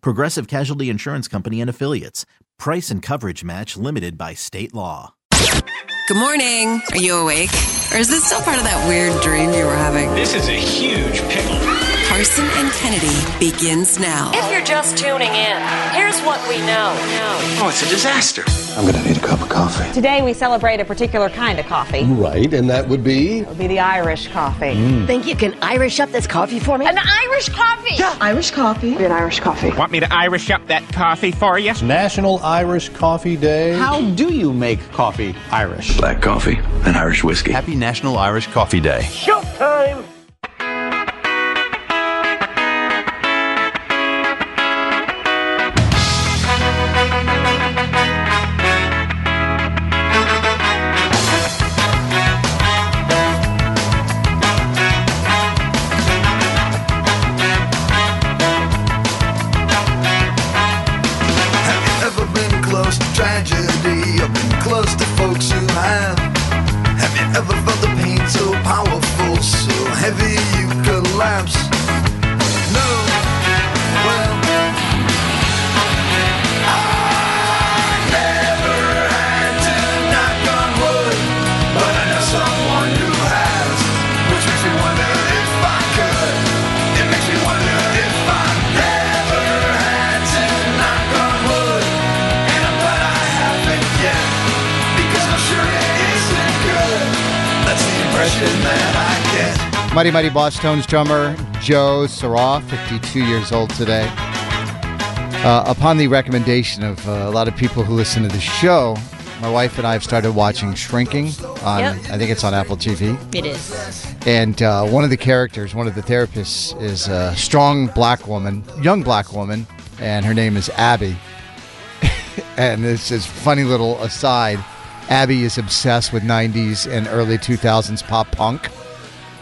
Progressive Casualty Insurance Company and Affiliates. Price and coverage match limited by state law. Good morning. Are you awake? Or is this still part of that weird dream you were having? This is a huge pickle. Carson and Kennedy begins now. If you're just tuning in, here's what we know. Oh, it's a disaster. I'm gonna need a cup of coffee. Mm. Today we celebrate a particular kind of coffee. It Right, and that would be would be the Irish coffee. Mm. Think you can Irish up this coffee for me? An Irish coffee. Irish coffee. An Irish coffee. Want me to Irish up that coffee for you? National Irish Coffee Day. How do you make coffee Irish? black coffee and Irish whiskey. Happy National Irish Coffee Day. Have you ever been close to tragedy? Or been close to folks who have? Have you ever felt the pain so powerful, so heavy you collapse? No. Well, I never had to knock on wood, but I know someone who has, which makes me wonder if I could. It makes me wonder if I never had to knock on wood, and I'm glad I haven't yet, because I'm sure it isn't good. That's the impression that I get. Mighty Mighty Boss Tones drummer Joe Sarah, 52 years old today. Uh, upon the recommendation of uh, a lot of people who listen to the show, my wife and I have started watching Shrinking. On, Yep. I think it's on Apple TV. It is. And uh, one of the characters, one of the therapists, is a strong black woman, young black woman, and her name is Abby. and this is funny little aside. Abby is obsessed with 90s and early 2000s pop punk.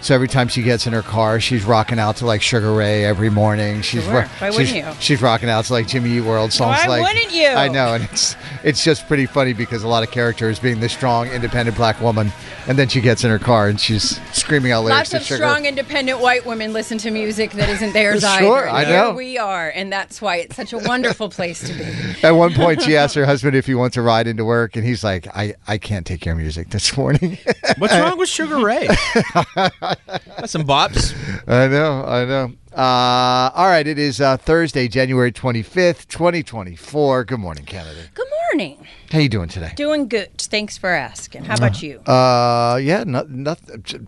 So every time she gets in her car, she's rocking out to like Sugar Ray every morning. She's Sure. ro- Why wouldn't she's- you? She's rocking out to like Jimmy Eat World songs. Why like, wouldn't you? I know, and it's it's just pretty funny because a lot of characters being this strong, independent black woman, and then she gets in her car and she's screaming out lyrics Lots to of Sugar. strong, independent white women listen to music that isn't theirs either. Sure, I Here know. we are, and that's why it's such a wonderful place to be. At one point, she asked her husband if he wants a ride into work, and he's like, "I I can't take your music this morning." What's wrong with Sugar Ray? That's some bops. I know, I know. Uh, all right, it is uh, Thursday, January twenty fifth, twenty twenty four. Good morning, Kennedy. Good morning. How you doing today? Doing good. Thanks for asking. How about you? Uh, yeah, not, not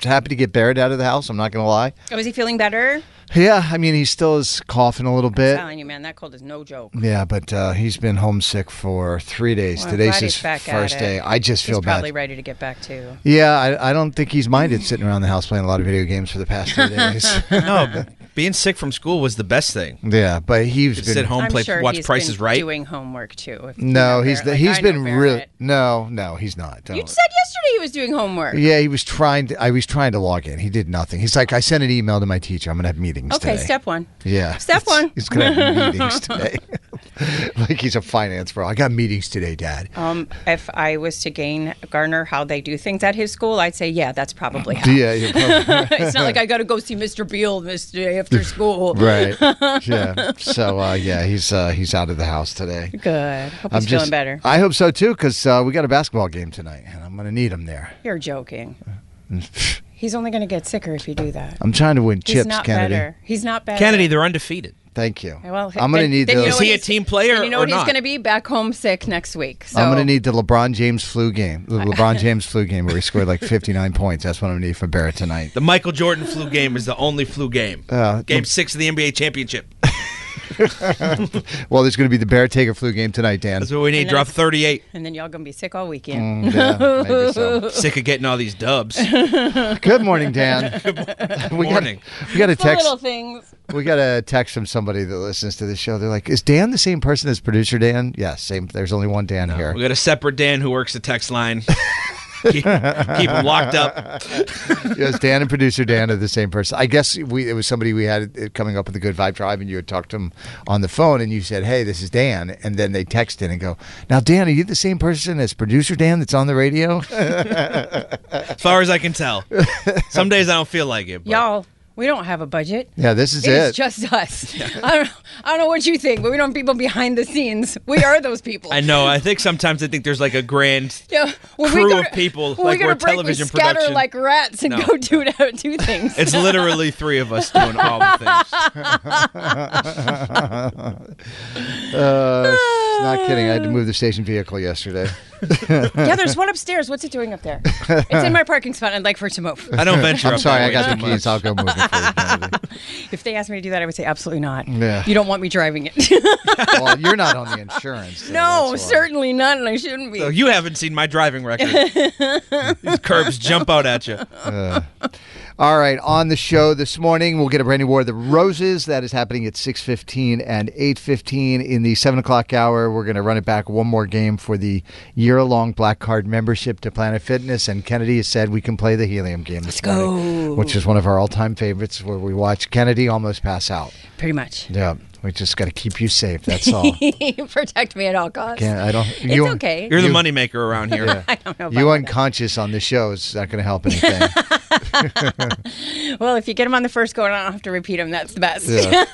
happy to get Barrett out of the house. I'm not gonna lie. oh, is he feeling better? Yeah, I mean, he still is coughing a little bit. telling you, man, that cold is no joke. Yeah, but uh, he's been homesick for three days. Well, I'm Today's glad his he's back at first it. day. I just He's feel bad. probably ready to get back to. Yeah, I, I don't think he's minded sitting around the house playing a lot of video games for the past three days. No, being sick from school was the best thing. yeah, but he's Just been sit home, I'm play, sure watch he's Price is been Right. doing homework too. if you No, know he's Barrett, the, like he's I know been Barrett. really no no he's not. You Don't. said yesterday he was doing homework. yeah, he was trying to. I was trying to log in. He did nothing. He's like, I sent an email to my teacher. I'm gonna have meetings Okay, today. step one. Yeah. Step He's- one. He's gonna have meetings today. like he's a finance bro. I got meetings today, Dad. Um, if I was to gain garner how they do things at his school, I'd say, yeah, that's probably how. Yeah, you're probably- it's not like I got to go see Mr. Beal this day after school. Right. yeah. So uh, yeah, he's uh, he's out of the house today. Good. Hope he's feeling better. I hope so too, because uh, we got a basketball game tonight, and I'm gonna need him there. You're joking. He's only going to get sicker if you do that. I'm trying to win He's chips, not Kennedy. better. He's not better. Kennedy, they're undefeated. Thank you. Well, I'm gonna then- need then those. You know Is what he a he's- team player then You know or what he's not? going to be back home sick next week. So I'm gonna need the LeBron James flu game, the LeBron James flu game where he scored like 59 points. That's what I'm gonna need for Barrett tonight. The Michael Jordan flu game is the only flu game. Uh, game six of the NBA championship. well, there's gonna be the Barrett Taker flu game tonight, Dan. That's what we need. Drop 38. and then y'all going to be sick all weekend. Mm, yeah, maybe so. Sick of getting all these dubs. Good morning, Dan. we got, morning. we got a Poor text. little things. We got a text from somebody that listens to the show. They're like, "Is Dan the same person as producer Dan?" Yes, same. There's only one Dan here. We got a separate Dan who works the text line. keep, keep him locked up. yes, Dan and producer Dan are the same person. I guess we it was somebody we had uh, coming up with the Good Vibe Tribe, and you had talked to him on the phone, and you said, "Hey, this is Dan," and then they text in and go, "Now, Dan, are you the same person as producer Dan that's on the radio?" As far as I can tell. Some days I don't feel like it. but- Y'all, we don't have a budget. Yeah, this is it. It's just us. I, don't, I don't know what you think, but we don't have people behind the scenes. We are those people. I know. I think sometimes I think there's like a grand Yeah, when crew we go of to- people, when like we go we're to break, television we scatter production. like rats and No. go do do things. It's literally three of us doing all the things. Uh, not kidding. I had to move the station vehicle yesterday. yeah, there's one upstairs. What's it doing up there? It's in my parking spot. I'd like for it to move. I'm sorry, I got the keys. I'll go move it. for you. If they asked me to do that, I would say absolutely not. Yeah. You don't want me driving it. well, you're not on the insurance. no, certainly not, and I shouldn't be. So you haven't seen my driving record. These curbs jump out at you. Uh, all right, on the show this morning, we'll get a brand new War of the Roses. That is happening at 6.15 and 8.15 in the 7 o'clock hour. We're going to run it back one more game for the year-long Black Card membership to Planet Fitness. And Kennedy has said we can play the Helium game this Let's go. Which is one of our all-time favorites where we watch Kennedy almost pass out. Pretty much. Yeah, we just got to keep you safe. That's all. Protect me at all costs. Can't- I don't. It's okay. You're the moneymaker around here. I don't know. You unconscious on the show is not going to help anything. Well, if you get them on the first go, and I don't have to repeat them. That's the best. Yeah.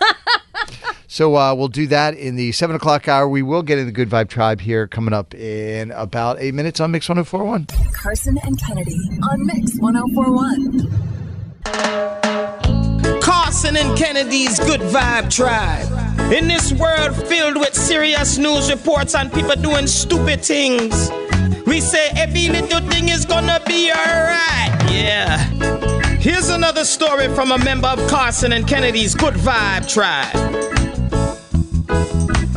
So uh, we'll do that in the seven o'clock hour. We will get in the Good Vibe Tribe here coming up in about eight minutes on Mix 1041. Carson and Kennedy on Mix 1041. Carson and Kennedy's Good Vibe Tribe. In this world filled with serious news reports and people doing stupid things, we say every little thing is gonna be alright. Yeah. Here's another story from a member of Carson and Kennedy's Good Vibe Tribe.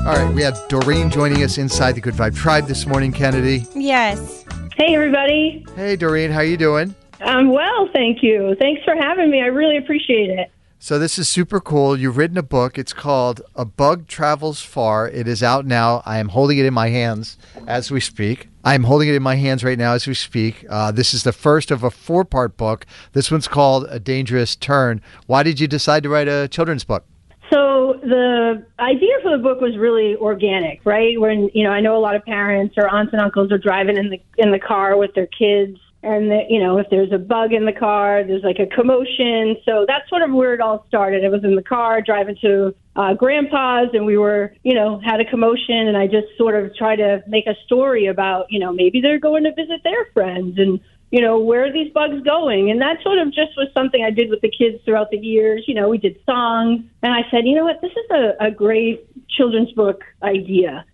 All right, we have Doreen joining us inside the Good Vibe Tribe this morning, Kennedy. Yes. Hey, everybody. Hey, Doreen, how you doing? I'm Um, well, thank you. Thanks for having me. I really appreciate it. So this is super cool. You've written a book. It's called A Bug Travels Far. It is out now. I am holding it in my hands as we speak. I am holding it in my hands right now as we speak. Uh, this is the first of a four-part book. This one's called A Dangerous Turn. Why did you decide to write a children's book? So the idea for the book was really organic, right? When you know, I know a lot of parents or aunts and uncles are driving in the in the car with their kids, and the, you know, if there's a bug in the car, there's like a commotion. So that's sort of where it all started. It was in the car driving to uh, grandpa's, and we were, you know, had a commotion, and I just sort of tried to make a story about, you know, maybe they're going to visit their friends and you know, where are these bugs going? And that sort of just was something I did with the kids throughout the years. You know, we did songs, and I said, you know what, this is a, a great children's book idea.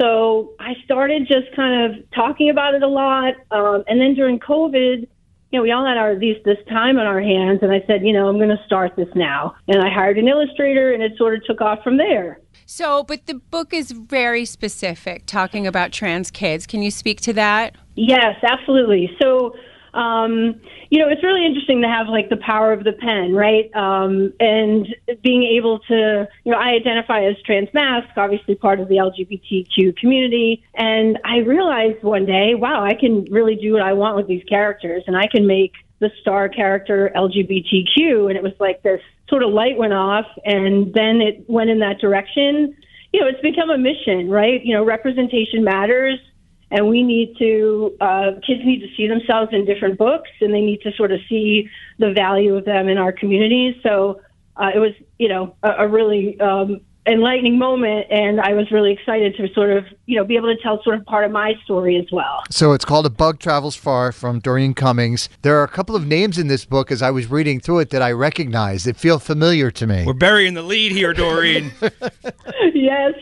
So I started just kind of talking about it a lot. Um, and then during COVID, you know, we all had our these this time on our hands, and I said, you know, I'm going to start this now. And I hired an illustrator, and it sort of took off from there. So, but the book is very specific, talking about trans kids. Can you speak to that? Yes, absolutely. So, um, you know, it's really interesting to have like the power of the pen, right? Um, and being able to, you know, I identify as trans masc, obviously part of the LGBTQ community. And I realized one day, wow, I can really do what I want with these characters and I can make the star character LGBTQ. And it was like this sort of light went off and then it went in that direction you know, it's become a mission, right? You know, representation matters, and we need to, uh, kids need to see themselves in different books, and they need to sort of see the value of them in our communities. So uh, it was, you know, a, a really um, enlightening moment, and I was really excited to sort of, you know, be able to tell sort of part of my story as well. So it's called A Bug Travels Far from Dorian Cummings. There are a couple of names in this book as I was reading through it that I recognized that feel familiar to me. We're burying the lead here, Doreen. yes.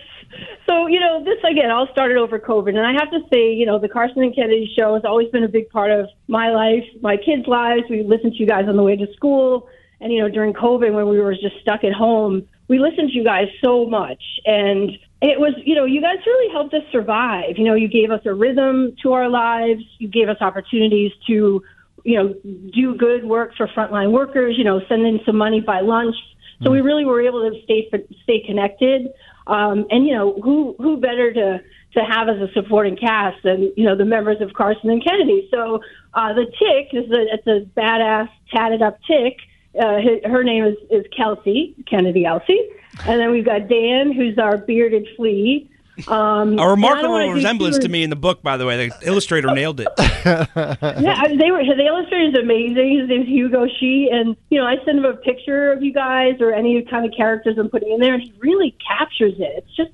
So, you know, this again all started over COVID. And I have to say, you know, the Carson and Kennedy show has always been a big part of my life, my kids' lives. We listened to you guys on the way to school. And, you know, during COVID, when we were just stuck at home, we listened to you guys so much. And it was, you know, you guys really helped us survive. You know, you gave us a rhythm to our lives, you gave us opportunities to, you know, do good work for frontline workers, you know, send in some money by lunch. So Hmm. we really were able to stay stay connected. Um, and you know, who who better to to have as a supporting cast than you know the members of Carson and Kennedy. So uh, the tick is a, it's a badass tatted up tick. Uh, hi- her name is, is Kelsey Kennedy Elsie, and then we've got Dan, who's our bearded flea. Um, A and I don't wanna remarkable be resemblance too- to me in the book, by the way. The illustrator nailed it. yeah, I mean, they were the illustrator is amazing. His name's Hugo She, and you know, I send him a picture of you guys or any kind of characters I'm putting in there, and he really captures it. It's just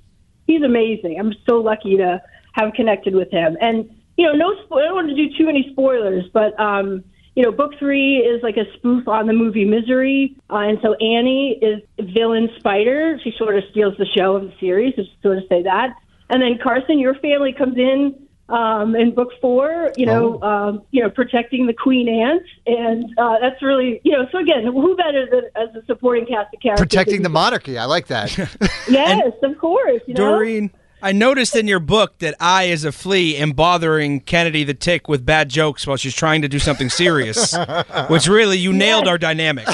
he's amazing. I'm so lucky to have connected with him, and you know, no, spo- I don't want to do too many spoilers, but um, you know, book three is like a spoof on the movie Misery, uh, and so Annie is villain Spider. She sort of steals the show of the series, just sort of say that. And then Carson, your family comes in um, in book four. You know, um, you know, protecting the Queen Ant, and uh, that's really you know. So again, who better than as a supporting cast of characters? Protecting the monarchy. I like that. Yes, of course. You know? Doreen, I noticed in your book that I, as a flea, am bothering Kennedy the Tick with bad jokes while she's trying to do something serious, which really, you nailed our dynamic.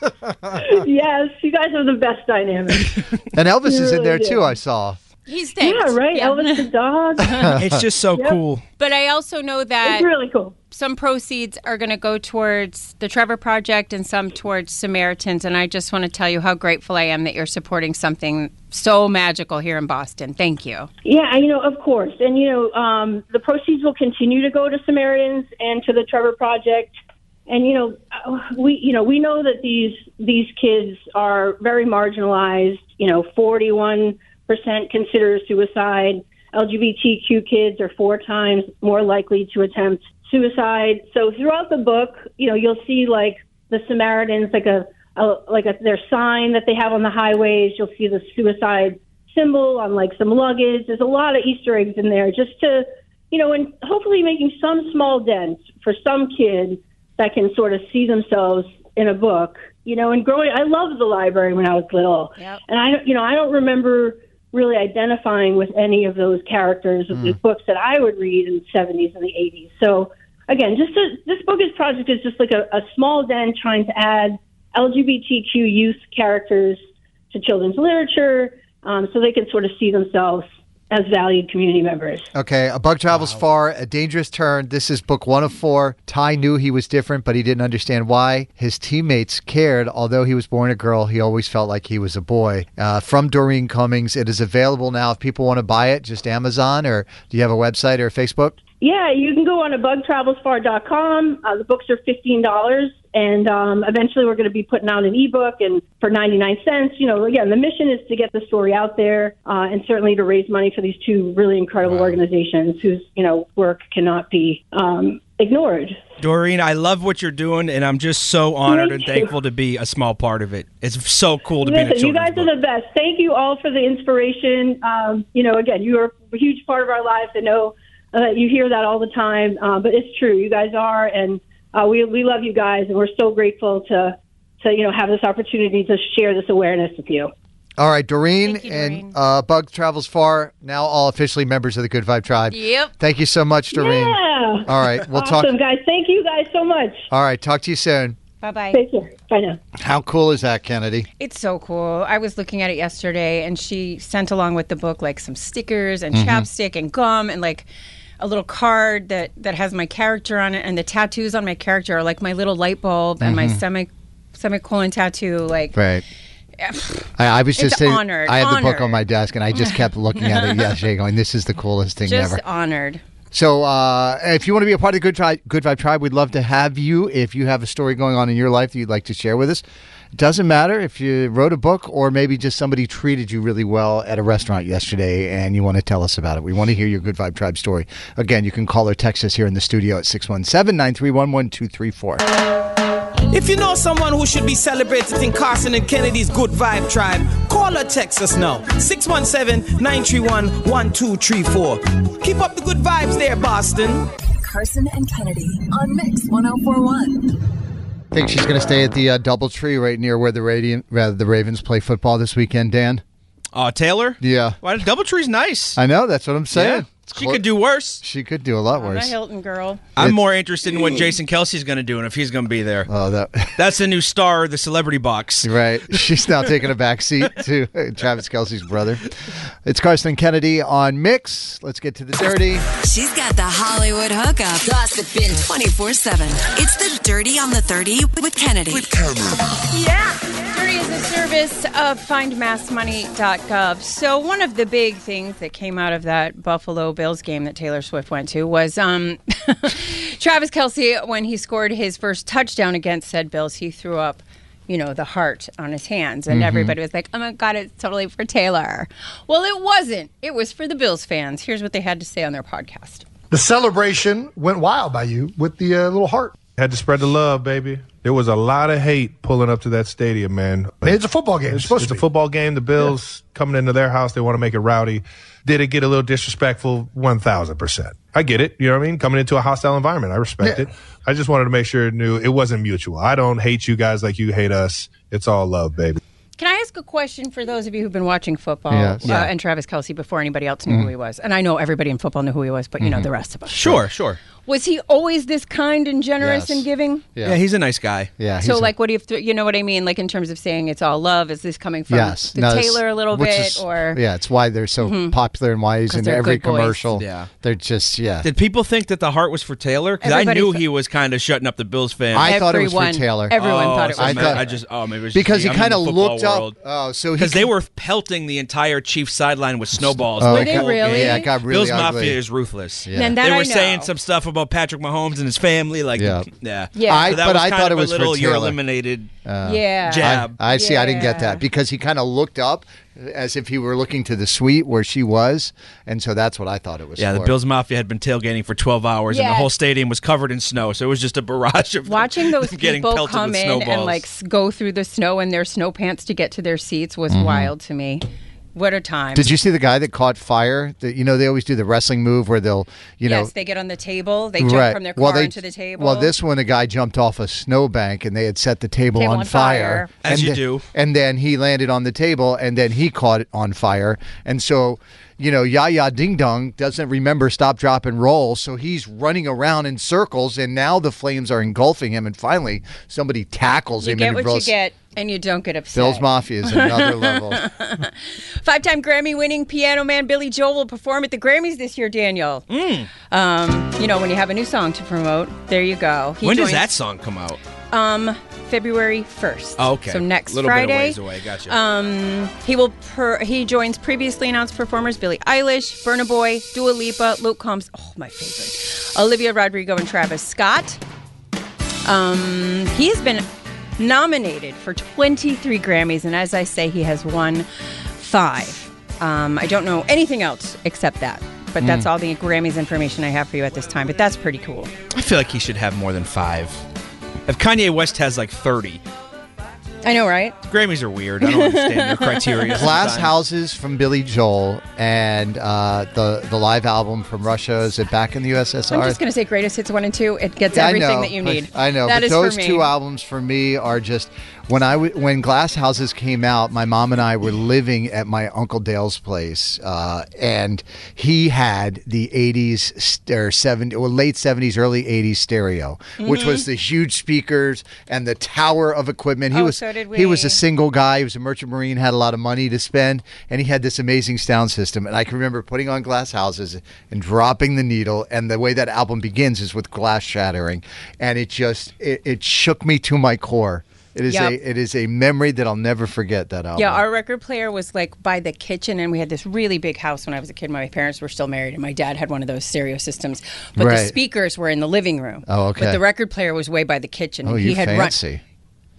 yes, you guys are the best dynamic. And Elvis is in Really there did. too, I saw. He's dead. Yeah, right. Elvis the dog. It's just so cool. But I also know that It's really cool. Some proceeds are going to go towards the Trevor Project and some towards Samaritans. And I just want to tell you how grateful I am that you're supporting something so magical here in Boston. Thank you. Yeah, you know, of course. And, you know, um, the proceeds will continue to go to Samaritans and to the Trevor Project. And, you know, uh, we, you know, we know that these, these kids are very marginalized. You know, 41% consider suicide. LGBTQ kids are four times more likely to attempt suicide. So throughout the book, you know, you'll see like the Samaritans, like a, a like a, their sign that they have on the highways. You'll see the suicide symbol on like some luggage. There's a lot of Easter eggs in there just to, you know, and hopefully making some small dent for some kid that can sort of see themselves in a book. You know, and growing, I loved the library when I was little, and I, don't- you know, I don't remember really identifying with any of those characters of the books that I would read in the 70s and the 80s. So again, just a, this book is project is just like a, a small den trying to add LGBTQ youth characters to children's literature, um, so they can sort of see themselves as valued community members. Okay, A Bug Travels Far, A Dangerous Turn. This is book one of four. Ty knew he was different, but he didn't understand why. His teammates cared. Although he was born a girl, he always felt like he was a boy. Uh, from Doreen Cummings. It is available now. If people want to buy it, just Amazon, or do you have a website or Facebook? Yeah, you can go on to bugtravelsfar.com. Uh, the books are $15, and um, eventually we're going to be putting out an ebook and for 99 cents. You know, again, the mission is to get the story out there uh, and certainly to raise money for these two really incredible organizations whose, you know, work cannot be um, ignored. Doreen, I love what you're doing, and I'm just so honored Thank and you. thankful to be a small part of it. It's so cool to be in a Listen, you children's guys are the best. Thank you all for the inspiration. Um, you know, again, you are a huge part of our lives. I know uh, you hear that all the time, uh, but it's true. You guys are, and uh, we we love you guys, and we're so grateful to to you know have this opportunity to share this awareness with you. All right, Doreen, and uh, Bug Travels Far, now all officially members of the Good Vibe Tribe. Yep. Thank you so much, Doreen. Yeah. All right, we'll talk- awesome, guys. Thank you guys so much. All right, talk to you soon. Bye bye. Thank you. Bye now. How cool is that, Kennedy? It's so cool. I was looking at it yesterday, and she sent along with the book like some stickers and Mhm. chapstick and gum and like a little card that that has my character on it, and the tattoos on my character are like my little light bulb and my Mhm. stomach semicolon tattoo. Like Right. I, I was It's just saying, honored, I had the book on honored. my desk and I just kept looking at it yesterday, going, "This is the coolest thing Just ever." honored. So, uh, if you want to be a part of the Good Vibe, Good Vibe Tribe, we'd love to have you. If you have a story going on in your life that you'd like to share with us, doesn't matter if you wrote a book or maybe just somebody treated you really well at a restaurant yesterday and you want to tell us about it. We want to hear your Good Vibe Tribe story. Again, you can call or text us here in the studio at 617 931 1234. If you know someone who should be celebrated in Carson and Kennedy's Good Vibe Tribe, call or text us now. 617-931-1234. Keep up the good vibes there, Boston. Carson and Kennedy on Mix 1041. I think she's going to stay at the uh, Double Tree right near where the, Radiant, uh, the Ravens play football this weekend, Dan. Uh, Taylor? Yeah. Why, Doubletree's nice. I know. That's what I'm saying. She could do worse. She could do a lot I'm a worse. Hilton girl. I'm It's- more interested in what Jason Kelsey's going to do and if he's going to be there. Mm. Oh, that. That's the new star, of the celebrity box. Right. She's now taking a back seat to uh, Travis Kelsey's brother. It's Carson Kennedy on Mix. Let's get to the dirty. She's got the Hollywood hookup. Gossiping 24 7. It's the Dirty on the 30 with Kennedy. With Kennedy. Yeah. Dirty is a service of Uh, findmassmoney.gov. So one of the big things that came out of that Buffalo Bills game that Taylor Swift went to was um, Travis Kelsey, when he scored his first touchdown against said Bills, he threw up, you know, the heart on his hands. And Mm-hmm. Mhm. everybody was like, oh my God, it's totally for Taylor. Well, it wasn't. It was for the Bills fans. Here's what they had to say on their podcast. The celebration went wild by you with the uh, little heart. Had to spread the love, baby. There was a lot of hate pulling up to that stadium, man. It's a football game. It's, supposed it's to a be. football game. The Bills coming into their house, they want to make it rowdy. Did it get a little disrespectful? One thousand percent. I get it. You know what I mean? Coming into a hostile environment, I respect it. I just wanted to make sure it knew it wasn't mutual. I don't hate you guys like you hate us. It's all love, baby. Can I ask a question for those of you who've been watching football Yes. uh, Yeah. and Travis Kelsey before anybody else knew who Mhm. he was? And I know Oh, everybody in football knew who he was, but you know Mm-hmm. Mhm. the rest of us. Sure, sure. Was he always this kind and generous Yes. and giving? Yeah. he's a nice guy. Yeah. so, like, what do you have to, you know what I mean? Like, in terms of saying it's all love, is this coming from yes. the No, it's- Taylor a little which bit is- or? Yeah, it's why they're so Mhm. popular and why he's 'Cause in they're every good boys. commercial. Yeah. They're just, yeah. Did people think that the heart was for Taylor? Because I Everybody knew th- he was kind of shutting up the Bills fans. I thought it was for Everyone- Taylor. everyone Oh, thought it so was ma- for Taylor. I just oh maybe it was Because he kinda looked up- Oh, so he because they were pelting the entire Chiefs sideline with snowballs. Oh, the Were they whole really? game. Yeah, it got really Bills ugly. Mafia is ruthless. Yeah. And that they I were know. saying some stuff about Patrick Mahomes and his family. Like Yeah. yeah, Yeah. I- So that but was I kind thought of it a was for little, You're Taylor." eliminated. Uh, Yeah. jab. I, I see. I didn't get that because he kind of looked up as if he were looking to the suite where she was, and so that's what I thought it was. yeah, the for. Bills Mafia had been tailgating for 12 hours, and the Yeah. whole stadium was covered in snow. So it was just a barrage of Watching those getting people pelted come with in and snowballs. like s- go through the snow in their snow pants to get to their seats was Mhm. wild to me. What a time! Did you see the guy that caught fire? That you know they always do the wrestling move where they'll you know yes, they get on the table. They jump right. from their car well, they, into the table. Well, this one, a guy jumped off a snowbank and they had set the table Table on on fire. fire. As and you the- do. And then he landed on the table and then he caught it on fire. And so, you know, Yaya Ding Dong doesn't remember stop, drop, and roll. So he's running around in circles and now the flames are engulfing him. And finally, somebody tackles You him. get and what you realizes- get, and you don't get upset. Bill's Mafia is another level. Five time Grammy winning piano man Billy Joel will perform at the Grammys this year, Daniel. Hmm. Um, you know, when you have a new song to promote, there you go. He when joins- does that song come out? Um, February 1st. Oh, okay. So next Little bit of Friday. ways away. Gotcha. Um, he will per- he joins previously announced performers Billie Eilish, Burna Boy, Dua Lipa, Luke Combs, oh my favorite, Olivia Rodrigo and Travis Scott. Um, he has been nominated for 23 Grammys and as I say he has won 5. Um, I don't know anything else except that. But that's Hmm. Mm. all the Grammys information I have for you at this time, but that's pretty cool. I feel like he should have more than five. If Kanye West has like 30, I know, right? Grammys are weird. I don't understand their criteria. Glass sometimes. Houses from Billy Joel and uh, the the live album from Russia. Is it back in the USSR? I'm just going to say greatest hits 1 and 2. It gets Yeah, everything I know, that you but- need. I know, That but is those for me. two albums for me are just when I w- when Glass Houses came out. My mom and I were living at my uncle Dale's place, uh, and he had the '80s st- or '70s, well, late '70s, early '80s stereo, which Mm-hmm. Mhm. was the huge speakers and the tower of equipment. He Oh, was so did he was a we. single guy. He was a merchant marine, had a lot of money to spend, and he had this amazing sound system. And I can remember putting on Glass Houses and dropping the needle. And the way that album begins is with glass shattering, and it just it, it shook me to my core. It is Yep. a it is a memory that I'll never forget. That album. Yeah, our record player was like by the kitchen, and we had this really big house when I was a kid. My parents were still married, and my dad had one of those stereo systems, but the Right. speakers were in the living room. Oh, okay. But the record player was way by the kitchen. oh, and you he had fancy. run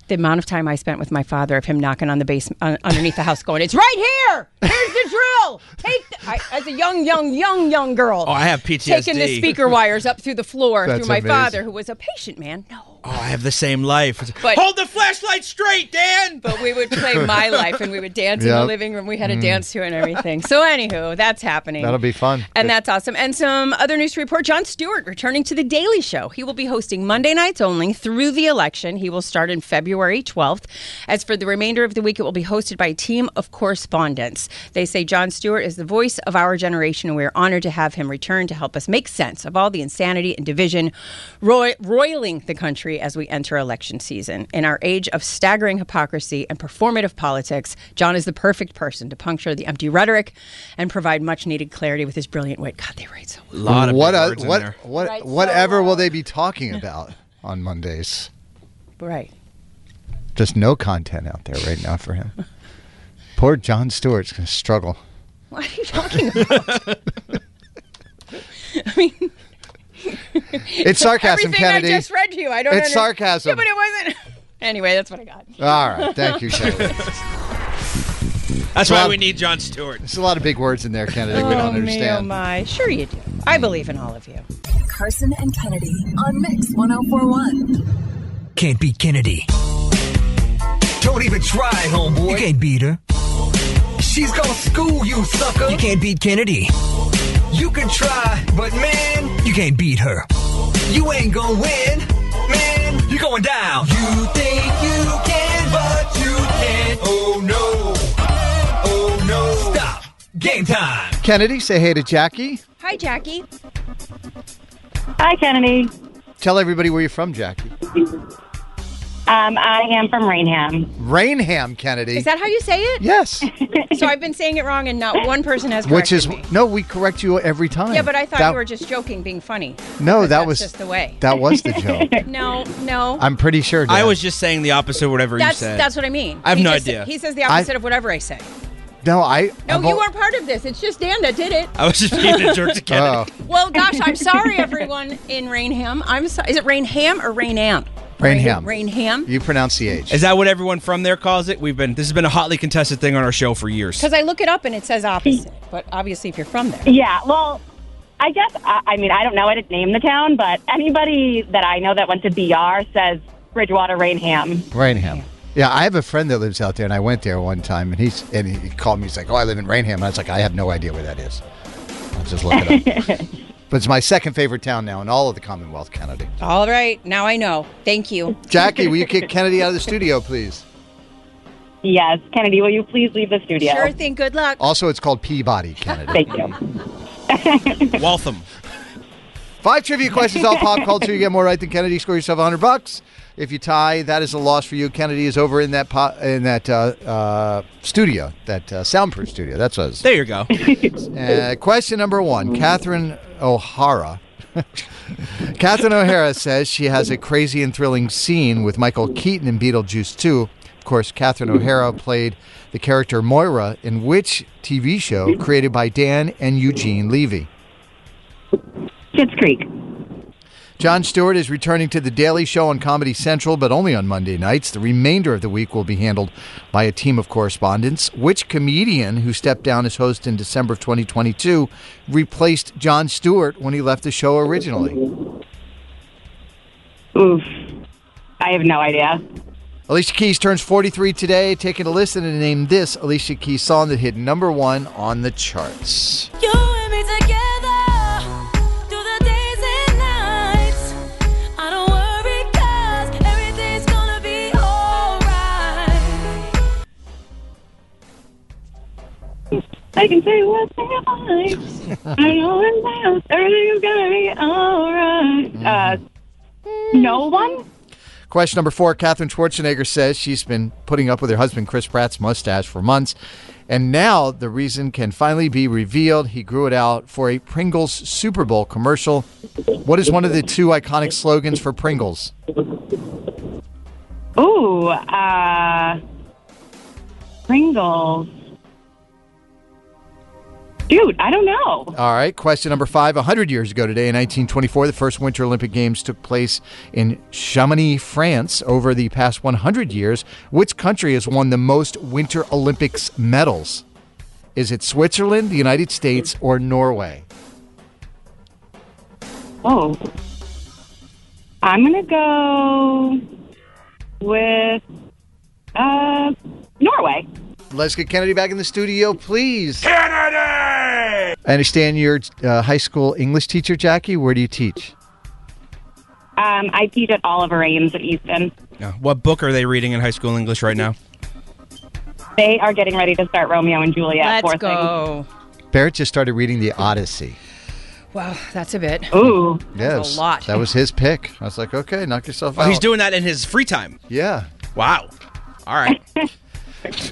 the amount of time I spent with my father of him knocking on the basement on, underneath the house, going, "It's right here. Here's the drill. Take the, I, as a young, young, young, young girl. Oh, I have Taking the PTSD. speaker wires up through the floor That's through my amazing. father, who was a patient man. No. Oh, I have the same life. It's- But hold the flashlight straight, Dan. But we would play My Life, and we would dance in the Yep. living room. We had a Mm. dance to it and everything. So, anywho, that's happening. That'll be fun. And that's awesome. And some other news to report John Stewart returning to The Daily Show. He will be hosting Monday nights only through the election. He will start in February 12th. As for the remainder of the week, it will be hosted by a team of correspondents. They say John Stewart is the voice of our generation, and we are honored to have him return to help us make sense of all the insanity and division roi- roiling the country as we enter election season. In our age of staggering hypocrisy and performative politics, John is the perfect person to puncture the empty rhetoric and provide much needed clarity with his brilliant wit. God, they write so well. lot of big what o- words in what there. what Right, so whatever will they be talking about on Mondays? Right. Just no content out there right now for him. Poor John Stewart's gonna struggle. What are you talking about? I mean, It's sarcasm, everything Kennedy. I just read to you, I don't. It's understand. sarcasm. Yeah, but it wasn't. Anyway, that's what I got. All right, thank you, Kennedy. That's Well, why we need John Stewart. There's a lot of big words in there, Kennedy. we Oh, don't me, oh understand. my! Sure you do. I believe in all of you. Carson and Kennedy on Mix 1041. Can't beat Kennedy. Don't even try, homeboy. You can't beat her. She's gonna school you, sucker. You can't beat Kennedy. You can try, but man, you can't beat her. You ain't gonna win, man. You're going down. You think you can, but you can't. Oh no. Oh no. Stop. Game time. Kennedy, say hey to Jackie. Hi, Jackie. Hi, Kennedy. Tell everybody where you're from, Jackie. Um, I am from Rainham. Rainham, Kennedy. Is that how you say it? Yes. so I've been saying it wrong, and not one person has. Which corrected is me. no, we correct you every time. Yeah, but I thought That- you were just joking, being funny. No, that That's was just the way. That was the joke. no, no. I'm pretty sure. I was just saying the opposite of whatever that's you said. that's what I mean. I have He no just- idea. He says the I- opposite of whatever I say. No, I. No, I've you al- weren't part of this. It's just Dan that did it. I was just being a Oh. jerk to Kennedy. Well, gosh, I'm sorry, everyone in Rainham. I'm sorry. Is it Rainham or Rainham? Rainham. Rainham. You pronounce the H. Is that what everyone from there calls it? We've been this has been a hotly contested thing on our show for years. Because I look it up and it says opposite. But obviously, if you're from there, Yeah, well, I guess, I, I mean, I don't know, I didn't name the town, but anybody that I know that went to BR says Bridgewater Rainham. Rainham. Yeah, I have a friend that lives out there, and I went there one time, and he's and he called me. He's like, "Oh, I live in Rainham," and I was like, "I have no idea where that is." I'll just look it up. but it's my second favorite town now in all of the Commonwealth, Kennedy. all right. Now I know. Thank you, Jackie, will you kick Kennedy out of the studio, please? Yes, Kennedy, will you please leave the studio? Sure thing. Good luck. Also, it's called Peabody, Kennedy. Thank you. Waltham. Five trivia questions all pop culture. You get more right than Kennedy. Score yourself 100 bucks. If you tie, that is a loss for you. Kennedy is over in that po- in that uh, uh, studio, that uh, soundproof studio. That's us. There you go. Uh, question number one: Catherine O'Hara. Catherine O'Hara says she has a crazy and thrilling scene with Michael Keaton in Beetlejuice 2. Of course, Catherine O'Hara played the character Moira in which TV show created by Dan and Eugene Levy? Kids Creek. John Stewart is returning to The Daily Show on Comedy Central, but only on Monday nights. The remainder of the week will be handled by a team of correspondents. Which comedian who stepped down as host in December of 2022 replaced John Stewart when he left the show originally? Oof. I have no idea. Alicia Keys turns 43 today. Taking a listen and name this Alicia Keys song that hit number one on the charts. You and me together through the days and nights. I don't worry, cause everything's gonna be alright. I can say what's in my mind. I know in my house everything's gonna be alright. Uh, no one? Question number four Katherine Schwarzenegger says she's been putting up with her husband Chris Pratt's mustache for months. And now the reason can finally be revealed. He grew it out for a Pringles Super Bowl commercial. What is one of the two iconic slogans for Pringles? Ooh, uh, Pringles. Dude, I don't know. All right, question number five. 100 years ago today, in 1924, the first Winter Olympic Games took place in Chamonix, France. Over the past 100 years, which country has won the most Winter Olympics medals? Is it Switzerland, the United States, or Norway? Oh. I'm going to go with uh, Norway. Let's get Kennedy back in the studio, please. Kennedy! I understand you're uh, high school English teacher, Jackie. Where do you teach? Um, I teach at Oliver Ames at Easton. Yeah. What book are they reading in high school English right now? Oh, They are getting ready to start Romeo and Juliet. Let's fourth go. Barrett just started reading The Odyssey. Wow, that's a bit. Ooh. Yes. a lot. That was his pick. I was like, okay, knock yourself Oh, out. he's doing that in his free time. Yeah. Wow. All right.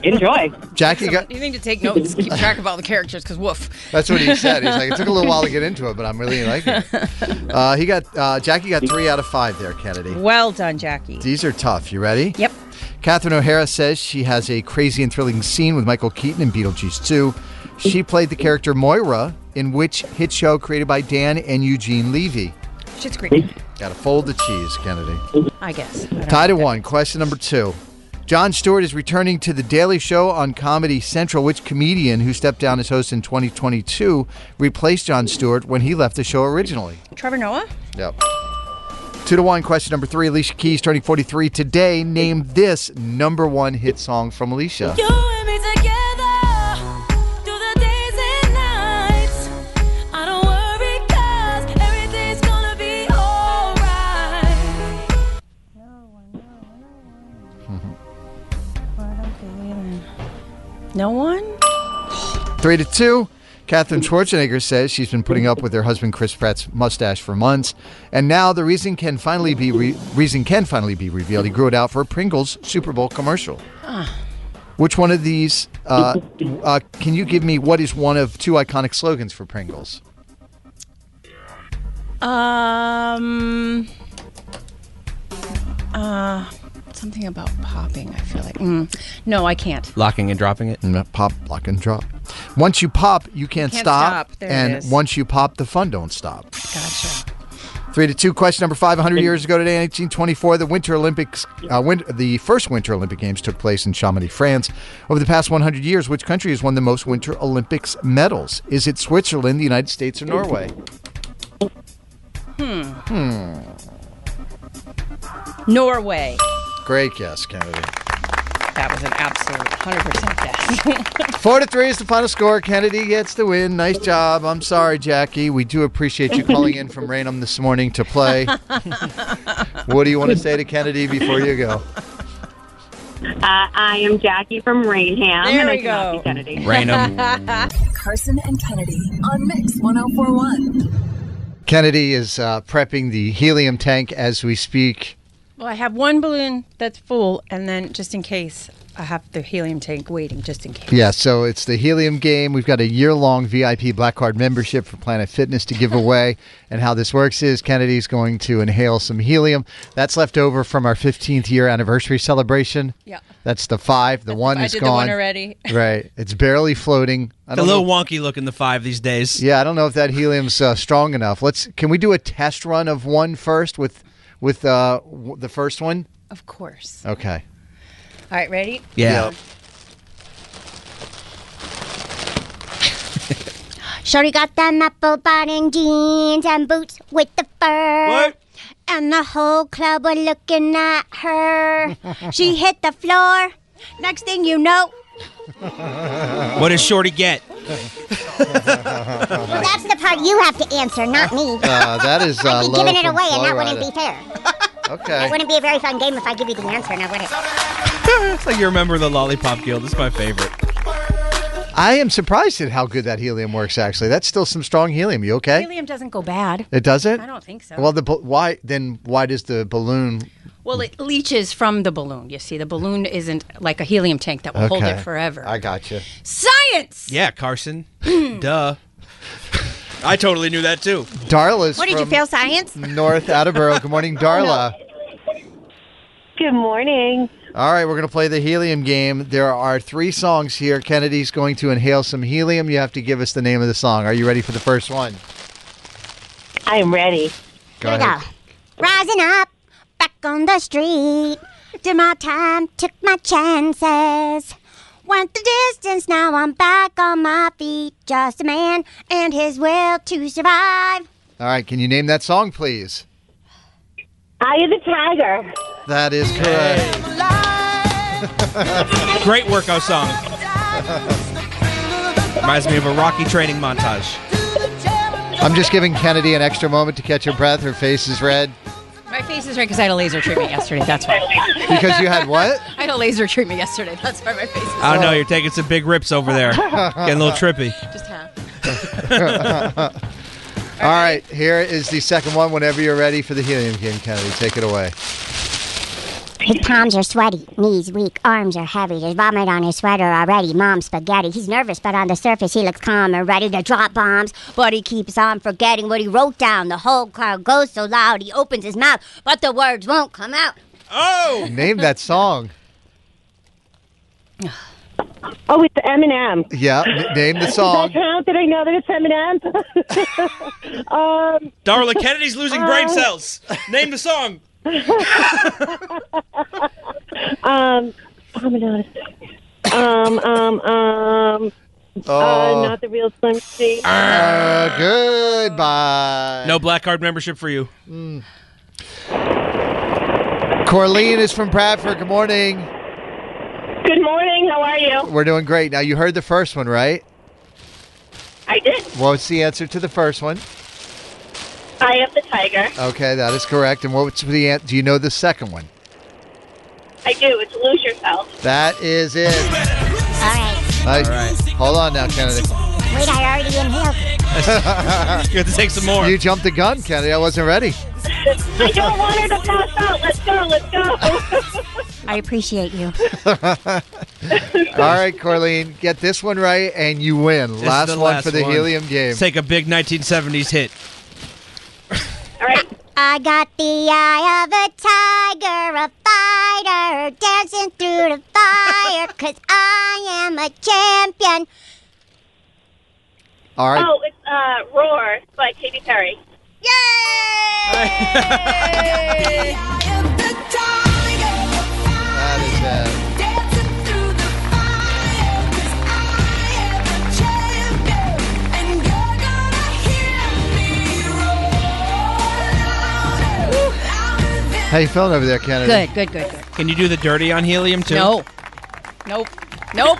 Enjoy. Jackie got. You need to take notes, keep track of all the characters, because woof. That's what he said. He's like, it took a little while to get into it, but I'm really liking it. Uh, he got uh, Jackie got three out of five there, Kennedy. Well done, Jackie. These are tough. You ready? Yep. Catherine O'Hara says she has a crazy and thrilling scene with Michael Keaton in Beetlejuice 2. She played the character Moira in which hit show created by Dan and Eugene Levy. Shit's great. Got to fold the cheese, Kennedy. I guess. Tied at one. Question number two. John Stewart is returning to The Daily Show on Comedy Central. Which comedian who stepped down as host in 2022 replaced John Stewart when he left the show originally? Trevor Noah? Yep. Two to one. Question number three. Alicia Keys turning 43 today. Name this number one hit song from Alicia. No one? Three to two. Katherine Schwarzenegger says she's been putting up with her husband Chris Pratt's mustache for months, and now the reason can finally be re- reason can finally be revealed. He grew it out for a Pringles Super Bowl commercial. Ah. Which one of these? Uh, uh, can you give me what is one of two iconic slogans for Pringles? Um. Uh, something about popping. I feel like. Mm. No, I can't. Locking and dropping it. Pop, lock, and drop. Once you pop, you can't, Can't stop. There it and is. once you pop, the fun don't stop. Gotcha. Three to two. Question number five. Hundred years ago today, 1924, the Winter Olympics, uh, win- the first Winter Olympic Games took place in Chamonix, France. Over the past 100 years, which country has won the most Winter Olympics medals? Is it Switzerland, the United States, or Norway? Hmm. Hmm. Norway. Great guess, Kennedy. That was an absolute 100% guess. Four to three is the final score. Kennedy gets the win. Nice job. I'm sorry, Jackie. We do appreciate you calling in from Raynham this morning to play. Uh, what do you want to say to Kennedy before you go? Uh, I am Jackie from Rainham. There and I we cannot go. be Kennedy. Carson and Kennedy on Mix 1041. Kennedy is uh, prepping the helium tank as we speak. well, I have one balloon that's full, and then just in case, I have the helium tank waiting just in case. Yeah, so it's the helium game. We've got a year long VIP Black Card membership for Planet Fitness to give away. and how this works is Kennedy's going to inhale some helium. That's left over from our 15th year anniversary celebration. Yeah. That's the five. The one I is did the gone. one already. Right. It's barely floating. It's I a don't know- little wonky looking the five these days. Yeah, I don't know if that helium's uh, strong enough. Let's. Can we do a test run of one first with with uh, w- the first one? Of course. Okay. All right, ready? Yeah. Shorty got them apple bottom jeans and boots with the fur. What? And the whole club were looking at her. she hit the floor. Next thing you know, What does Shorty get? well, that's the part you have to answer, not me. Uh, that is uh, I'd be low giving it from away, and that Florida. wouldn't be fair. Okay. It wouldn't be a very fun game if I give you the answer, now would it? it's like you remember the Lollipop Guild. It's my favorite. I am surprised at how good that helium works. Actually, that's still some strong helium. You okay? Helium doesn't go bad. It doesn't. I don't think so. Well, the bal- why then? Why does the balloon? Well, it leaches from the balloon. You see, the balloon isn't like a helium tank that will hold it Okay. forever. I got you. Science! Yeah, Carson. Duh. I totally knew that too. Darla's What did you from fail science? North Attleboro. Good morning, Darla. Good morning. All right, we're going to play the helium game. There are three songs here. Kennedy's going to inhale some helium. You have to give us the name of the song. Are you ready for the first one? I am ready. Go Here we ahead. Rising up, back on the street. Did my time, took my chances. Went the distance, now I'm back on my feet. Just a man and his will to survive. All right, can you name that song, please? Eye of the tiger. That is correct. Great workout song. Reminds me of a Rocky training montage. I'm just giving Kennedy an extra moment to catch her breath. Her face is red My face is red because I had a laser treatment yesterday. That's why. because you had what? I had a laser treatment yesterday. That's why my face is I don't know. You're taking some big rips over there. Getting a little trippy. just half. All right, here is the second one. Whenever you're ready for the helium game, Kennedy, take it away. His palms are sweaty, knees weak, arms are heavy. There's vomit on his sweater already, mom spaghetti. He's nervous, but on the surface he looks calm and ready to drop bombs. But he keeps on forgetting what he wrote down. The whole crowd goes so loud he opens his mouth, but the words won't come out. Oh! Name that song. Oh, it's Eminem. Yeah, n- name the song. Does that count? Did I know that it's Eminem? um, Darla Kennedy's losing brain uh, cells. Name the song. Um, oh my God. Um, um, um. Oh. Uh, not the real Slim Shady. Uh, goodbye. No black card membership for you. Mm. Corleen is from Bradford. Good morning. Good morning. How are you? We're doing great. Now, you heard the first one, right? I did. What's the answer to the first one? I am the tiger. Okay, that is correct. And what's the an- Do you know the second one? I do. It's lose yourself. That is it. All right. Nice. Hold on now, Kennedy. Wait, I already inhaled. you have to take some more. You jumped the gun, Kennedy. I wasn't ready. I don't want her to pass out. Let's go. Let's go. I appreciate you. All right, Corleen, get this one right and you win. This is last the one for the helium game. Let's take a big 1970s hit. I got the eye of a tiger, a fighter, dancing through the fire, cause I am a champion. All right. Oh, it's uh, Roar by Katy Perry. That is uh, bad. How you feeling over there, Kennedy? Good, good, good, good. Can you do the dirty on helium too? No. Nope. Nope.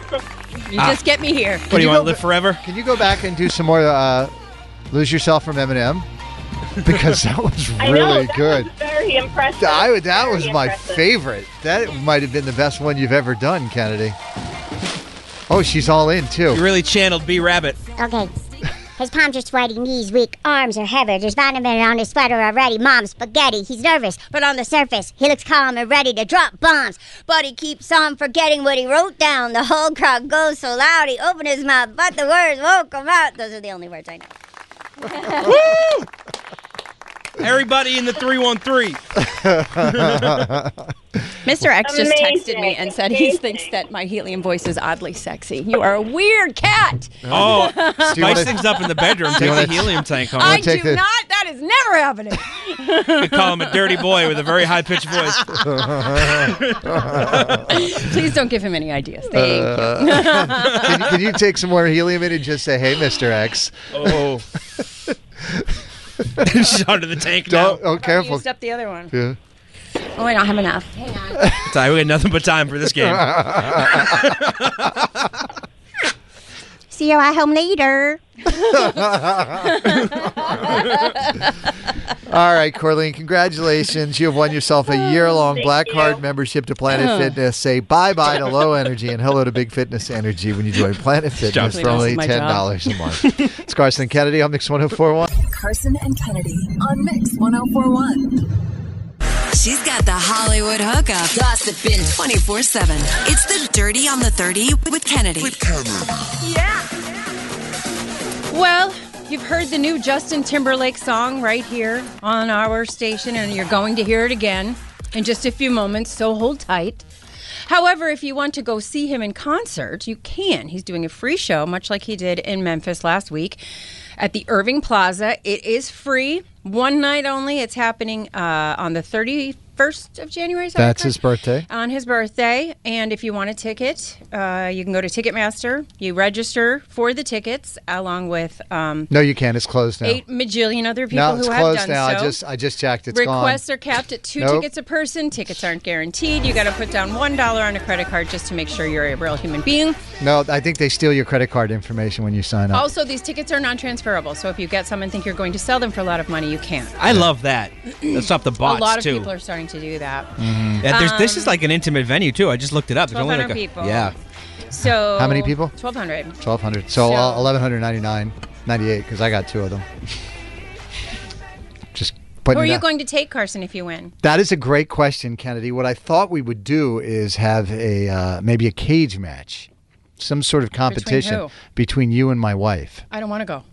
You Ah. just get me here. What do you you want go to live forever? Can you go back and do some more uh, Lose Yourself from Eminem? Because that was I know, really that good. was very impressive. I would- that was Very my impressive. favorite. That might have been the best one you've ever done, Kennedy. Oh, she's all in You too. really channeled B Rabbit. Okay. His palms are sweaty, knees weak, arms are heavy. There's vitamin on his sweater already. Mom's spaghetti. He's nervous, but on the surface, he looks calm and ready to drop bombs. But he keeps on forgetting what he wrote down. The whole crowd goes so loud, he opened his mouth, but the words won't come out. Those are the only words I know. Everybody in the 313. Mr. X just texted me Amazing. and said he thinks that my helium voice is oddly sexy. You are a weird cat. Oh, Do you wanna- spice things up in the bedroom. Do you Take the wanna- helium tank home. I wanna take do the- not. That is never happening. You call him a dirty boy with a very high pitched voice. Please don't give him any ideas. Thank Uh, Uh, can, can you take some more helium in and just say, "Hey, Mister X"? Oh. She's under the tank now. Don't. Oh, you. careful. Used up the other one. Yeah. Oh, I don't have enough. Sorry, we got nothing but time for this game. See you at home later. All right, Corleen, congratulations. You have won yourself a year long Black Card membership to Oh. Planet Fitness. Say bye bye to low energy and hello to big fitness energy when you join Planet Fitness Definitely for not only my job. $10 a month. it's Carson Kennedy on Mix 1041. Carson and Kennedy on Mix 1041. She's got the Hollywood hookup. Gossiping 24 7. It's the Dirty on the 30 with Kennedy. With Well, you've heard the new Justin Timberlake song right here on our station, and you're going to hear it again. in just a few moments, so hold tight. However, if you want to go see him in concert, you can. He's doing a free show, much like he did in Memphis last week at the Irving Plaza. It is free, one night only. It's happening uh, on the 31st of January. is that That's correct? his birthday. on his birthday. And if you want a ticket, uh, you can go to Ticketmaster. You register for the tickets along with um, No, you can't. It's closed now. eight majillion other people no, who it's have closed done now. so. I just I just checked. It's Requests gone. are capped at two Nope. tickets a person. Tickets aren't guaranteed. You got to put down one dollar on a credit card just to make sure you're a real human being. No, I think they steal your credit card information when you sign up. Also, these tickets are non-transferable, so if you get some and think you're going to sell them for a lot of money, you can't. I love that. That's off the bots a lot of too. people are starting to do that. Mm-hmm. Yeah, there's- this Um, is like an intimate venue too. I just looked it up. There's only 1,200 like a, people. Yeah. So How many people? Twelve hundred. Twelve hundred. So, So- uh, eleven hundred ninety nine, ninety eight. Because I got two of them. Just Who putting. are it you out. going to take, Carson, if you win? That is a great question, Kennedy. What I thought we would do is have a uh, maybe a cage match, some sort of competition who? between you and my wife. I don't want to go.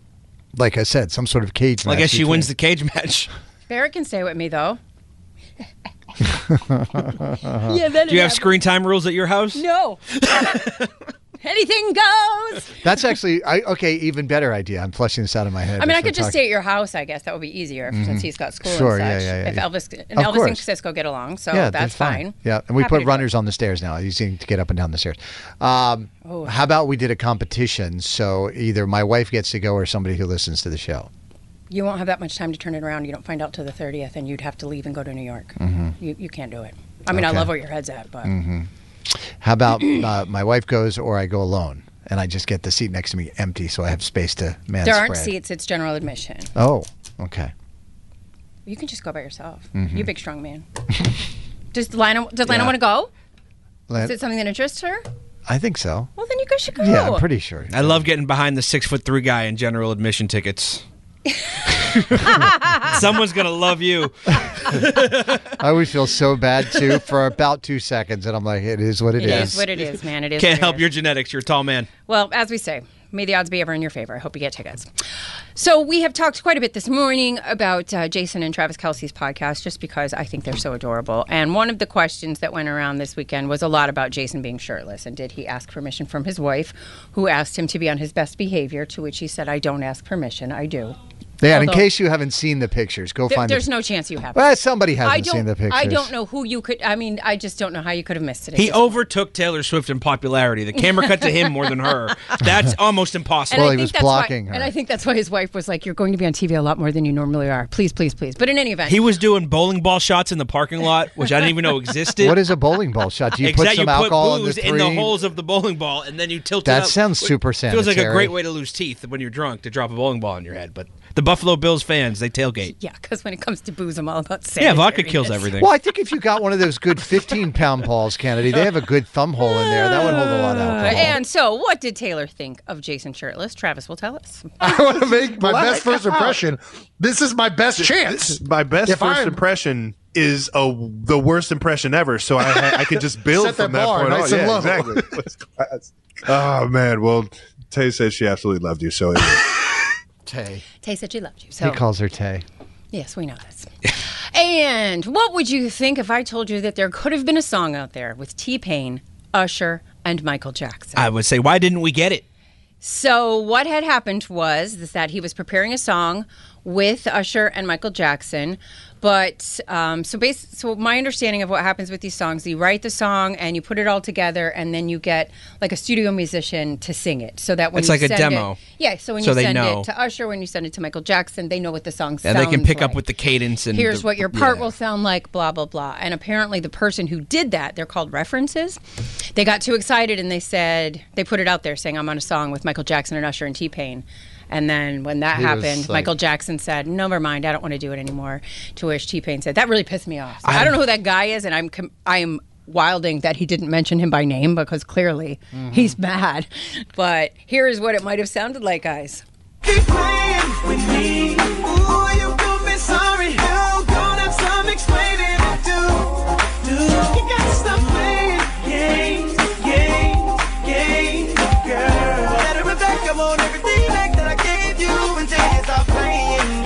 Like I said, some sort of cage Well, I match. guess she between- wins the cage match. Barrett can stay with me though. yeah, that'd Do you have happen. screen time rules at your house? No. Anything goes. That's actually I, okay. Even better idea. I'm flushing this out of my head. I mean, as I we're could just talking. stay at your house. I guess that would be easier Mhm. since he's got school Sure, yeah, and such. yeah, yeah, if yeah. Elvis and Of Elvis and course. Cisco get along, so yeah, they're that's fine. Yeah, and we Happy put to do runners on the stairs now. He's needing to get up and down the stairs. Um, Oh. How about we did a competition? So either my wife gets to go or somebody who listens to the show. it. You won't have that much time to turn it around. You don't find out till the thirtieth, and you'd have to leave and go to New York. Mhm. You you can't do it. I mean, I Okay. love where your head's at, but hmm How about uh, my wife goes or I go alone and I just get the seat next to me empty so I have space to man there aren't spread. seats. It's general admission. Oh, okay. You can just go by yourself. Mhm. You big strong man. Does Lana Does Lana Yeah. want to go? Lan- Is it something that interests her? I think so. Well, then you guys should go. Yeah, I'm pretty sure. I love getting behind the six foot three guy in general admission tickets. Someone's gonna love you. I always feel so bad too for about two seconds and I'm like, it is what It is what it is, man. It is what Can't it help is. your genetics. You're a tall man. Well, as we say, may the odds be ever in your favor. I hope you get tickets. So we have talked quite a bit this morning about uh, Jason and Travis Kelsey's podcast, just because I think they're so adorable. And one of the questions that went around this weekend was a lot about Jason being shirtless and did he ask permission from his wife, who asked him to be on his best behavior. To which he said, "I don't ask permission. I do." Yeah, and in Although- case you haven't seen the pictures, go There- find there's the- no chance you have. Well, somebody hasn't I don't, seen the pictures. I don't know who you could. I mean, I just don't know how you could have missed it. It He just- overtook Taylor Swift in popularity. The camera cut to him more than her. That's almost impossible. And I think that's why- And I think that's why his wife was like, "You're going to be on TV a lot more than you normally are. Please, please, please." But in any event, He was doing bowling ball shots in the parking lot, which I didn't even know existed. What is a bowling ball shot? Do you Exact- put some you alcohol put booze in the in three? the holes of the bowling ball, and then you tilt it That up. sounds super Feels like a sanitary. great way to lose teeth when you're drunk to drop a bowling ball on your head. But the Buffalo Bills fans, they tailgate. yeah, because when it comes to booze, I'm all about sanitary. Yeah, vodka kills everything. Well, I think if you got one of those good 15 pound balls, Kennedy, they have a good thumb hole in there. That would hold a lot of alcohol. Uh, and so, what did Taylor think of Jason shirtless? Travis will tell us. I want to make my What? best first impression. This is my best chance. My best If 1st I'm- impression is a, the worst impression ever. So I, ha- I could just build Set from that that bar point nice on. and yeah, low. exactly. oh man, well, Tay says she absolutely loved you. So anyway. Tay. Tay said she loved you. So He calls her Tay. yes, we know this. and what would you think if I told you that there could have been a song out there with T Pain, Usher, and Michael Jackson? I would say, why didn't we get it? So what had happened was is that he was preparing a song with Usher and Michael Jackson, but um, so bas- so my understanding of what happens with these songs, you write the song and you put it all together, and then you get like a studio musician to sing it, so that when It's you like a send demo. it, yeah. So when So you they send know. it to Usher, when you send it to Michael Jackson, they know what the song Yeah, sounds. they can pick like up with the cadence and here's the- what your part yeah. will sound like blah blah blah and apparently the person who did that they're called references they got too excited and they said they put it out there saying i'm on a song with michael jackson and usher and t-pain and then when that He was happened like- michael jackson said never mind i don't want to do it anymore to which t-pain said that really pissed me off so I, I- don't know who that guy is and i'm com- i'm wilding that he didn't mention him by name because clearly Mm-hmm. Mhm. he's mad but here is what it might have sounded like guys with me. Ooh, you do me sorry. Hell, don't have some explaining to do. Do you gotta stop playing games, games, games, girl? Better it back. I want everything back that I gave you until you stop playing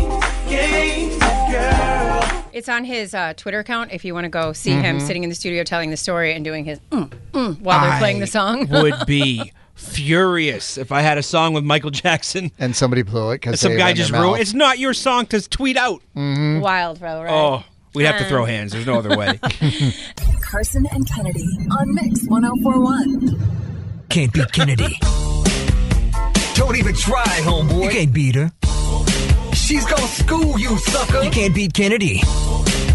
games, games, games, girl. It's on his uh, Twitter account if you want to go see him Mhm. sitting in the studio telling the story and doing his mm, mm, while they're playing the song. would be furious if I had a song with Michael Jackson and somebody blew it and some guy just ruined. It's not your song to tweet out. Mm-hmm. Wild, bro, right? Oh, we'd have to Uh. throw hands. There's no other way. Carson and Kennedy on Mix 1041. Can't beat Kennedy. Don't even try, homeboy. You can't beat her. She's gonna school you, sucker. You can't beat Kennedy.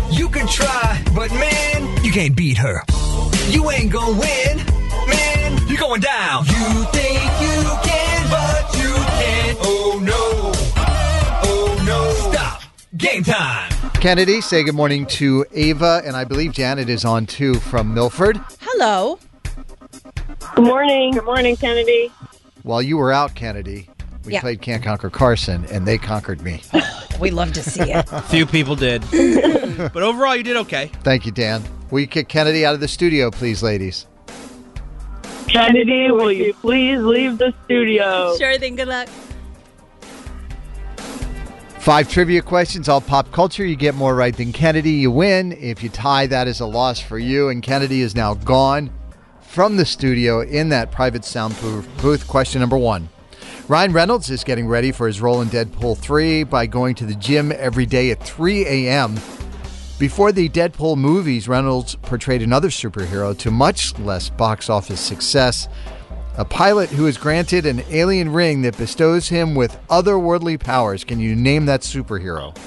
You can try, but man, you can't beat her. You ain't gonna win, man. You're going down. You think you can, but you can't. Oh no. Oh no. Stop. Game time. Kennedy, say good morning to Ava, and I believe Janet is on too from Milford. Hello. Good morning. Good morning, Kennedy. While you were out, Kennedy, we Yeah. played Can't Conquer Carson, and they conquered me. We love to see it. Few people did, but overall you did okay. Thank you, Dan. Will you kick Kennedy out of the studio, please, ladies? Kennedy, will you please leave the studio? Sure thing. Good luck. Five trivia questions, all pop culture. You get more right than Kennedy, you win. If you tie, that is a loss for you. And Kennedy is now gone from the studio in that private soundproof booth. Question number one Ryan Reynolds is getting ready for his role in Deadpool 3 by going to the gym every day at 3 a.m. Before the Deadpool movies, Reynolds portrayed another superhero to much less box office success. A pilot who is granted an alien ring that bestows him with otherworldly powers. Can you name that superhero?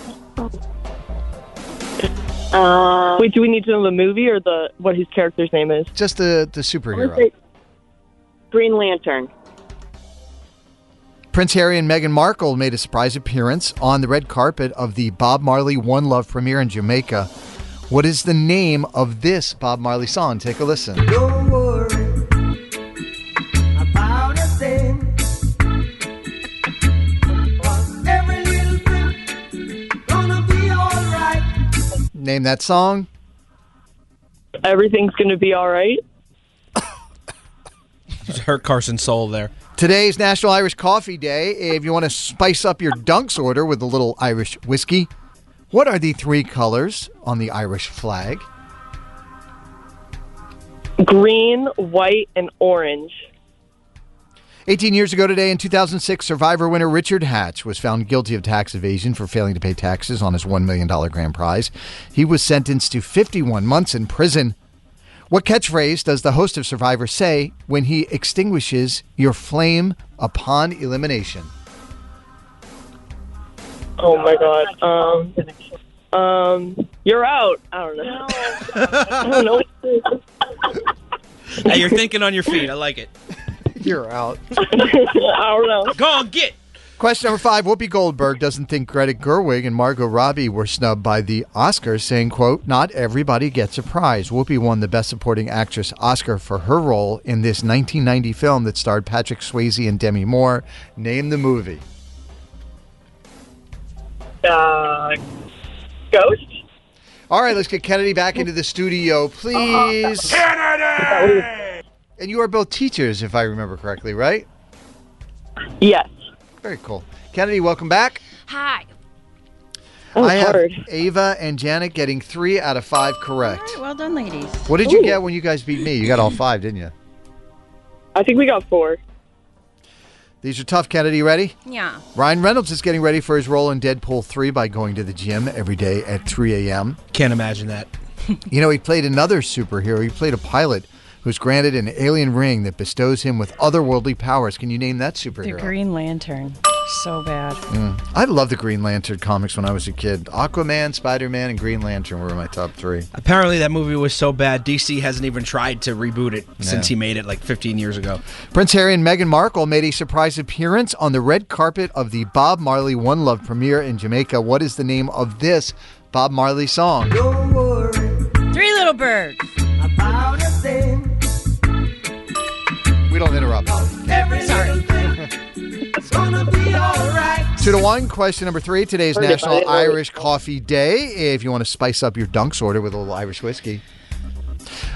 Uh, Wait, do we need to know the movie or the what his character's name is? Just the the superhero. Green Lantern. Prince Harry and Meghan Markle made a surprise appearance on the red carpet of the Bob Marley One Love premiere in Jamaica. What is the name of this Bob Marley song? Take a listen. Don't worry about a thing. 'Cause every little thing gonna be alright. Name that song. Everything's gonna be all right. Just hurt Carson's soul there. Today's National Irish Coffee Day. If you want to spice up your dunks order with a little Irish whiskey, what are the three colors on the Irish flag? Green, white, and orange. 18 years ago today in 2006, survivor winner Richard Hatch was found guilty of tax evasion for failing to pay taxes on his $1 million grand prize. He was sentenced to 51 months in prison. What catchphrase does the host of Survivor say when he extinguishes your flame upon elimination? Oh my god. Um, um, you're out. I don't know. I don't know. Hey, you're thinking on your feet. I like it. You're out. I don't know. Go on, get. Question number five Whoopi Goldberg doesn't think Greta Gerwig and Margot Robbie were snubbed by the Oscars, saying, quote, Not everybody gets a prize. Whoopi won the Best Supporting Actress Oscar for her role in this 1990 film that starred Patrick Swayze and Demi Moore. Name the movie. Uh, ghost? All right, let's get Kennedy back into the studio, please. Kennedy! And you are both teachers, if I remember correctly, right? Yes. Very cool. Kennedy, welcome back. Hi. I have Ava and Janet getting three out of five correct. All right, well done, ladies. What did you get when you guys beat me? You got all five, didn't you? I think we got four. These are tough, Kennedy. You Ready? Yeah. Ryan Reynolds is getting ready for his role in Deadpool 3 by going to the gym every day at 3 a.m. Can't imagine that. you know, he played another superhero. He played a pilot who's granted an alien ring that bestows him with otherworldly powers. Can you name that The superhero? Green Lantern. So bad. Mm. I loved the Green Lantern comics when I was a kid. Aquaman, Spider Man, and Green Lantern were my top three. Apparently, that movie was so bad, DC hasn't even tried to reboot it since Yeah. he made it like 15 years ago. Prince Harry and Meghan Markle made a surprise appearance on the red carpet of the Bob Marley One Love premiere in Jamaica. What is the name of this Bob Marley song? Three little birds. About a thing. We don't interrupt. Every little thing is gonna be alright. Two to one. Question number three. Today's Heard National about it. Irish Coffee Day. If you want to spice up your dunks order with a little Irish whiskey,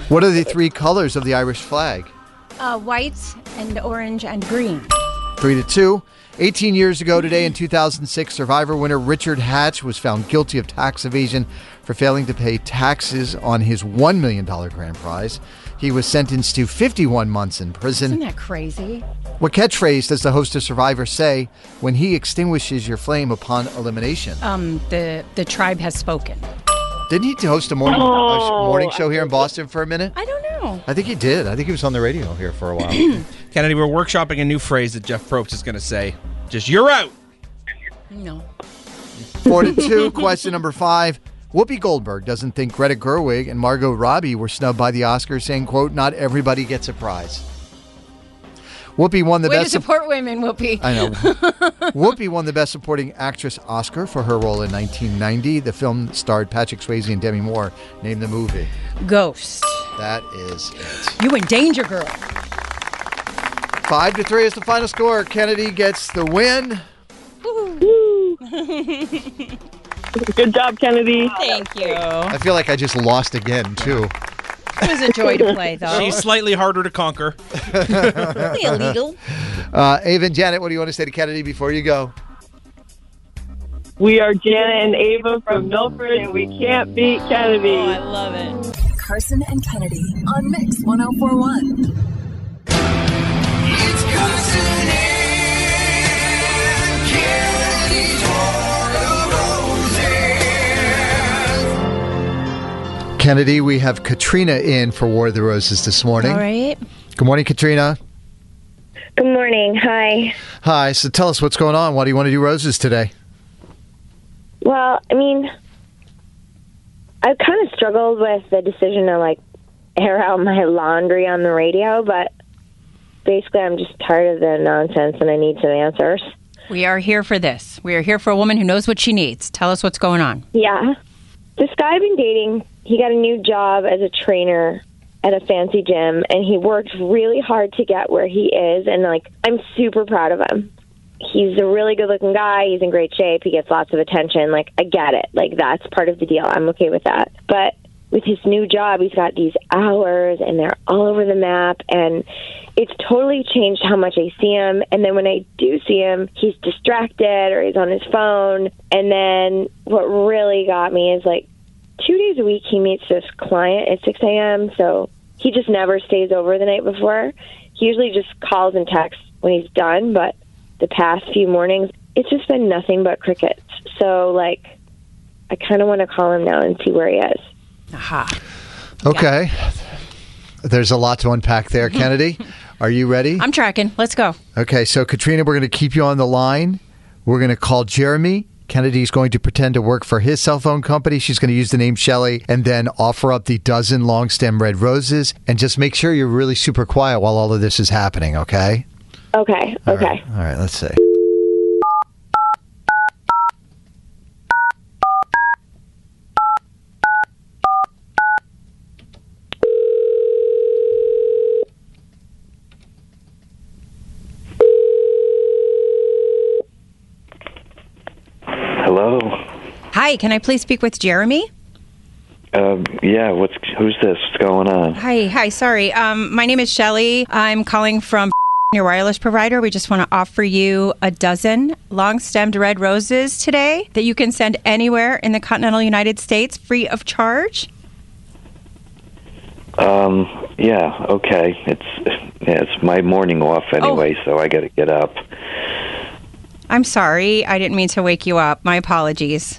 what are the three colors of the Irish flag? Uh, white and orange and green. Three to two. 18 years ago today in 2006, Survivor winner Richard Hatch was found guilty of tax evasion for failing to pay taxes on his $1 million grand prize. He was sentenced to 51 months in prison. Isn't that crazy? What catchphrase does the host of Survivor say when he extinguishes your flame upon elimination? Um, the the tribe has spoken. Didn't he host a morning, a sh- morning show here in Boston for a minute? Oh, I don't know. I think he did. I think he was on the radio here for a while. Kennedy, we're workshopping a new phrase that Jeff Probst is going to say. Just you're out. No. Four to two. Question number five. Whoopi Goldberg doesn't think Greta Gerwig and Margot Robbie were snubbed by the Oscars, saying, "quote Not everybody gets a prize." Whoopi won the Way to best. support women, Whoopi. I know. Whoopi won the Best Supporting Actress Oscar for her role in 1990. The film starred Patrick Swayze and Demi Moore. Name the movie. Ghost. That is it. You in danger, girl. Five to three is the final score. Kennedy gets the win. Good job, Kennedy. Thank you. Oh. I feel like I just lost again too. It was a joy to play, though. She's slightly harder to conquer. Only a little. Uh, Avon, Janet, what do you want to say to Kennedy before you go? We are Jana and Ava from Milford, and we can't beat Kennedy. Oh, I love it. Carson and Kennedy on Mix 1041. Kennedy, we have Katrina in for War of the Roses this morning. All right. Good morning, Katrina. Good morning. Hi. Hi. So tell us what's going on. Why do you want to do roses today? Well, I mean, I've kind of struggled with the decision to like air out my laundry on the radio, but basically, I'm just tired of the nonsense and I need some answers. We are here for this. We are here for a woman who knows what she needs. Tell us what's going on. Yeah. This guy I've been dating, he got a new job as a trainer at a fancy gym and he worked really hard to get where he is and like I'm super proud of him. He's a really good looking guy, he's in great shape, he gets lots of attention. Like I get it. Like that's part of the deal. I'm okay with that. But with his new job, he's got these hours and they're all over the map and it's totally changed how much I see him and then when I do see him, he's distracted or he's on his phone. And then what really got me is like two days a week he meets this client at 6 a.m. So he just never stays over the night before. He usually just calls and texts when he's done, but the past few mornings it's just been nothing but crickets. So like I kind of want to call him now and see where he is. Aha. Okay. There's a lot to unpack there, Kennedy. Are you ready? I'm tracking. Let's go. Okay, so Katrina, we're going to keep you on the line. We're going to call Jeremy. Kennedy's going to pretend to work for his cell phone company. She's going to use the name Shelly and then offer up the dozen long stem red roses. And just make sure you're really super quiet while all of this is happening, okay? Okay. All okay. right, all right let's see. Hello. Hi, can I please speak with Jeremy? Um, yeah. What's who's this? What's going on? Hi, hi. Sorry. Um, my name is Shelly. I'm calling from your wireless provider. We just want to offer you a dozen long-stemmed red roses today that you can send anywhere in the continental United States free of charge. Um, yeah. Okay. It's yeah, it's my morning off Oh. anyway, so I got to get up. I'm sorry. I didn't mean to wake you up. My apologies.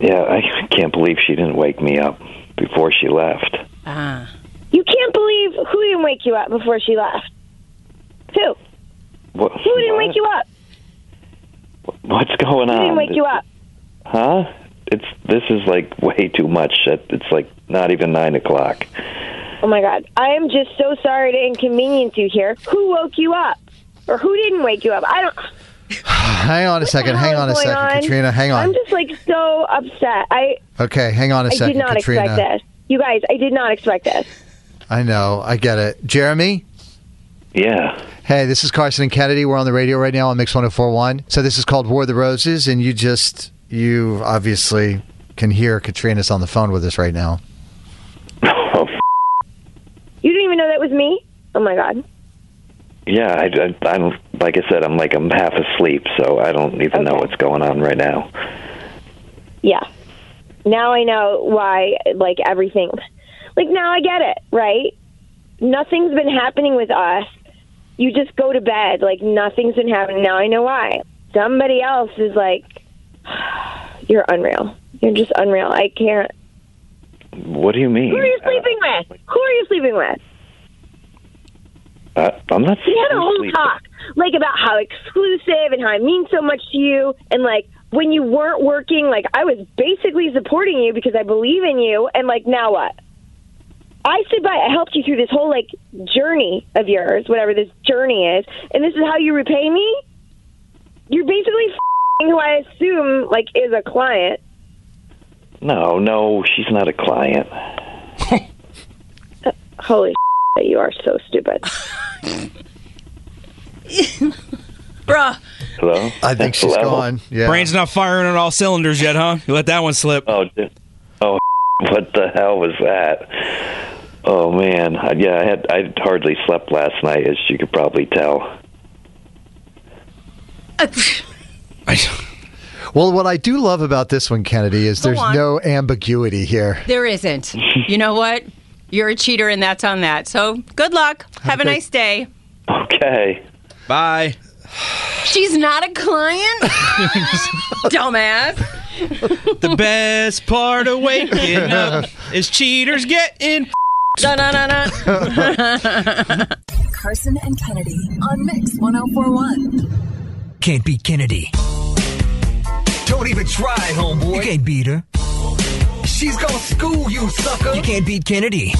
Yeah, I can't believe she didn't wake me up before she left. Ah. You can't believe who didn't wake you up before she left. Who? What, Who didn't wake you up? What's going Who on? Um, didn't wake you up? Huh? It's this is like way too much. It- It's like not even nine o'clock. Oh my God. I am just so sorry to inconvenience you here. Who woke you up? Or who didn't wake you up? I don't. Hang on a second. Hang on a What's second, going on? Katrina. Hang on. I'm just like so upset. I, okay, hang on a I second, did not Katrina. expect this. You guys, I did not expect this. I know. I get it. Jeremy? Yeah. Hey, this is Carson and Kennedy. We're on the radio right now on Mix 1041. So this is called War of the Roses, and you just, you obviously can hear Katrina's on the phone with us right now. You didn't even know that was me? Oh my God. Yeah, I, I, I don't like I said, I'm like I'm half asleep, so I don't even know what's going on right now. Yeah. Now I know why, like, everything. Like, now I get it, right? Nothing's been happening with us. You just go to bed. Like, nothing's been happening. Now I know why. Somebody else is like, you're unreal. You're just unreal. I can't. What do you Who mean? are you sleeping with? Who are you sleeping with? Uh, I'm not. We had a whole sleeping. talk, like about how exclusive and how it means so much to you, and like when you weren't working, like I was basically supporting you because I believe in you, and like now what? I stood by. I helped you through this whole like journey of yours, whatever this journey is, and this is how you repay me. You're basically f***ing who I assume like is a client. No, no, she's not a client. Holy, shit, you are so stupid. Bruh. Hello. I think she's Hello? gone. Yeah. Brain's not firing on all cylinders yet, huh? You let that one slip. Oh, d- oh, what the hell was that? Oh man, I- yeah, I had I hardly slept last night, as you could probably tell. Well, what I do love about this one, Kennedy, is Go there's on. no ambiguity here. There isn't. you know what? You're a cheater, and that's on that. So good luck. Have, a good- nice day. Okay. Bye. She's not a client? Dumbass. the best part of waking up is cheaters getting. Carson and Kennedy on Mix 1041. Can't beat Kennedy. Don't even try, homeboy. You can't beat her. She's gonna school you, sucker. You can't beat Kennedy.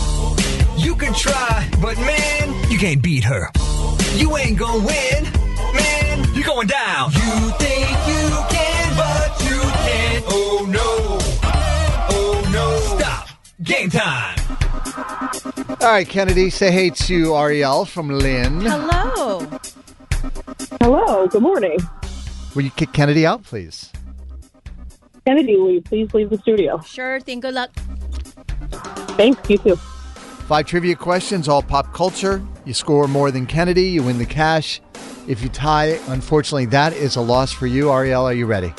You can try, but man, you can't beat her. You ain't gonna win, man. You're going down. You think you can, but you can't. Oh no. Oh no. Stop. Game time. All right, Kennedy, say hey to Ariel from Lynn. Hello. Hello. Good morning. Will you kick Kennedy out, please? Kennedy, will you please leave the studio? Sure thing. Good luck. Thanks. You too. Five trivia questions, all pop culture. You score more than Kennedy, you win the cash. If you tie, unfortunately, that is a loss for you. Ariel, are you ready?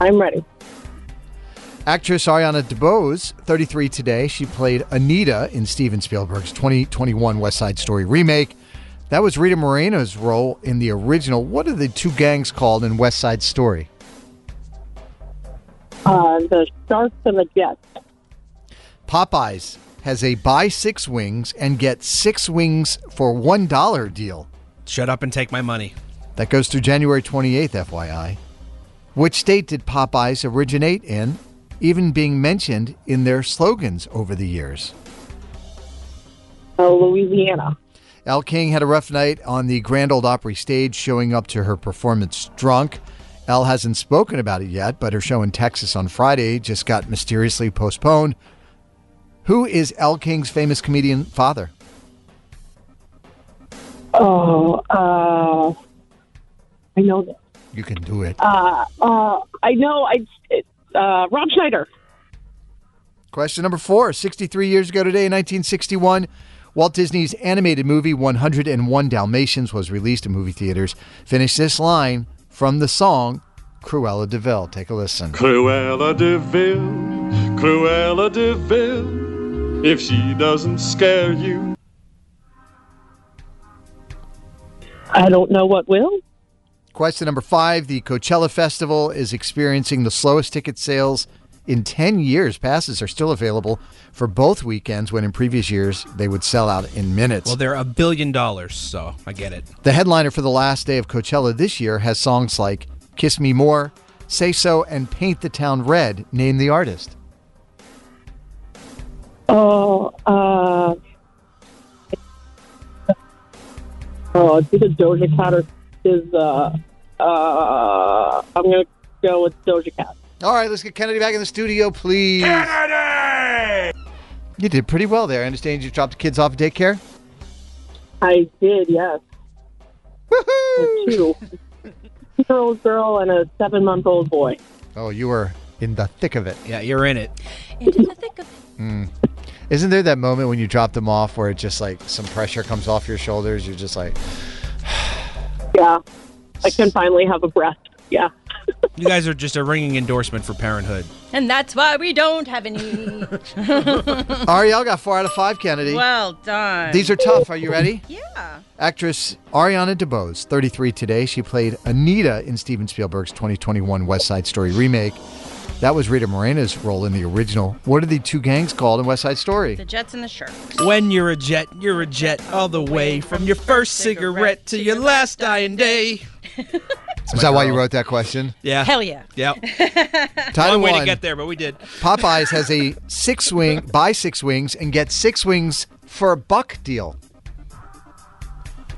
I'm ready. Actress Ariana DeBose, 33 today. She played Anita in Steven Spielberg's 2021 West Side Story remake. That was Rita Moreno's role in the original. What are the two gangs called in West Side Story? Uh, the Sharks and the Jets. Popeyes has a buy six wings and get six wings for $1 deal. Shut up and take my money. That goes through January 28th, FYI. Which state did Popeyes originate in, even being mentioned in their slogans over the years? Uh, Louisiana. Elle King had a rough night on the Grand Old Opry stage, showing up to her performance drunk. Elle hasn't spoken about it yet, but her show in Texas on Friday just got mysteriously postponed. Who is Elle King's famous comedian father? Oh, uh, I know this. You can do it. Uh, uh, I know. I it, uh, Rob Schneider. Question number four 63 years ago today, in 1961, Walt Disney's animated movie 101 Dalmatians was released in movie theaters. Finish this line from the song Cruella de Vil. Take a listen. Cruella de Vil, Cruella de Vil, if she doesn't scare you. I don't know what will. Question number five The Coachella Festival is experiencing the slowest ticket sales in 10 years. Passes are still available for both weekends, when in previous years they would sell out in minutes. Well, they're a billion dollars, so I get it. The headliner for the last day of Coachella this year has songs like Kiss Me More, Say So, and Paint the Town Red. Name the artist. Oh, uh, oh, it's either Doja Cat or is uh, uh, I'm gonna go with Doja Cat. All right, let's get Kennedy back in the studio, please. Kennedy! You did pretty well there. I understand you dropped the kids off at daycare. I did, yes. Woohoo! Two year-old girl and a seven-month-old boy. Oh, you were in the thick of it. Yeah, you're in it. Mm. Isn't there that moment when you drop them off where it just like some pressure comes off your shoulders? You're just like, Yeah. I can finally have a breath. Yeah. You guys are just a ringing endorsement for Parenthood. And that's why we don't have any. Ariel got four out of five, Kennedy. well done. These are tough. Are you ready? Yeah. Actress Ariana DeBose, 33 today. She played Anita in Steven Spielberg's 2021 West Side Story remake. That was Rita Moreno's role in the original. What are the two gangs called in West Side Story? The Jets and the Sharks. When you're a jet, you're a jet all the way from your first cigarette to your last dying day. Is that why you wrote that question? Yeah. Hell yeah. Yep. Title Long way to one. get there, but we did. Popeyes has a six wing, buy six wings and get six wings for a buck deal.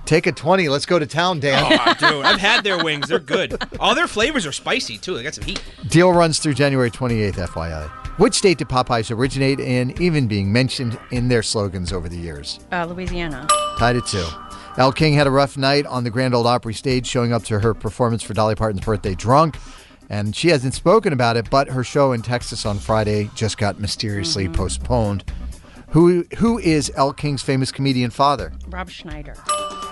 Take a 20. Let's go to town, Dan. Oh, dude, I've had their wings. They're good. All their flavors are spicy too. They got some heat. Deal runs through January 28th, FYI. Which state did Popeyes originate in, even being mentioned in their slogans over the years? Uh, Louisiana. Tied at two. Elle King had a rough night on the Grand Old Opry stage, showing up to her performance for Dolly Parton's birthday drunk. And she hasn't spoken about it, but her show in Texas on Friday just got mysteriously postponed. Who Who is Elle King's famous comedian father? Rob Schneider.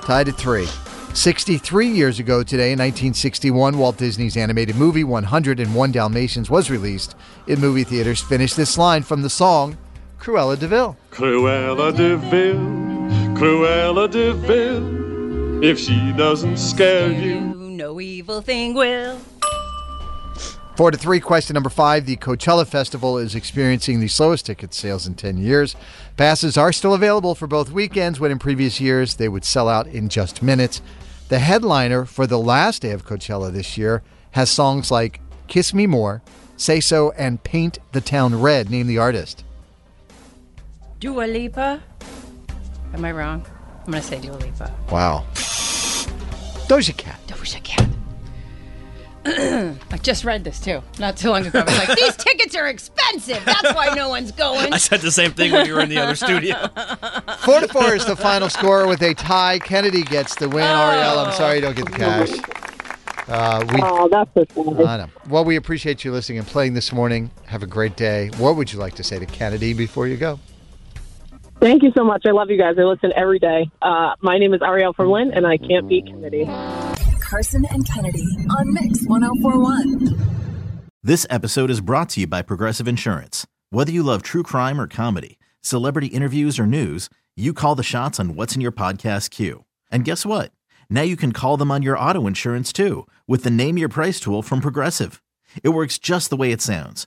Tied at three. 63 years ago today, in 1961, Walt Disney's animated movie 101 Dalmatians was releashed in movie theaters. Finish this line from the song Cruella de Vil. Cruella de Vil, Cruella de Vil, if she doesn't scare you. No evil thing will. Four to three. Question number five. The Coachella Festival is experiencing the slowest ticket sales in 10 years. Passes are still available for both weekends, when in previous years they would sell out in just minutes. The headliner for the last day of Coachella this year has songs like Kiss Me More, Say So, and Paint the Town Red. Name the artist. Dua Lipa. Am I wrong? I'm gonna say Dua Lipa. Wow. Doja Cat. Doja Cat. I just read this too, not too long ago. I was like, these tickets are expensive. That's why no one's going. I said the same thing when you were in the other studio. Four to four is the final score with a tie. Kennedy gets the win. Ariel, I'm sorry you don't get the cash. Uh, we, Oh, that's okay. I know. Well, we appreciate you listening and playing this morning. Have a great day. What would you like to say to Kennedy before you go? Thank you so much. I love you guys. I listen every day. Uh, my name is Ariel from Lynn, and I can't beat Kennedy. Carson and Kennedy on Mix 1041. This episode is brought to you by Progressive Insurance. Whether you love true crime or comedy, celebrity interviews or news, you call the shots on what's in your podcast queue. And guess what? Now you can call them on your auto insurance too with the Name Your Price tool from Progressive. It works just the way it sounds.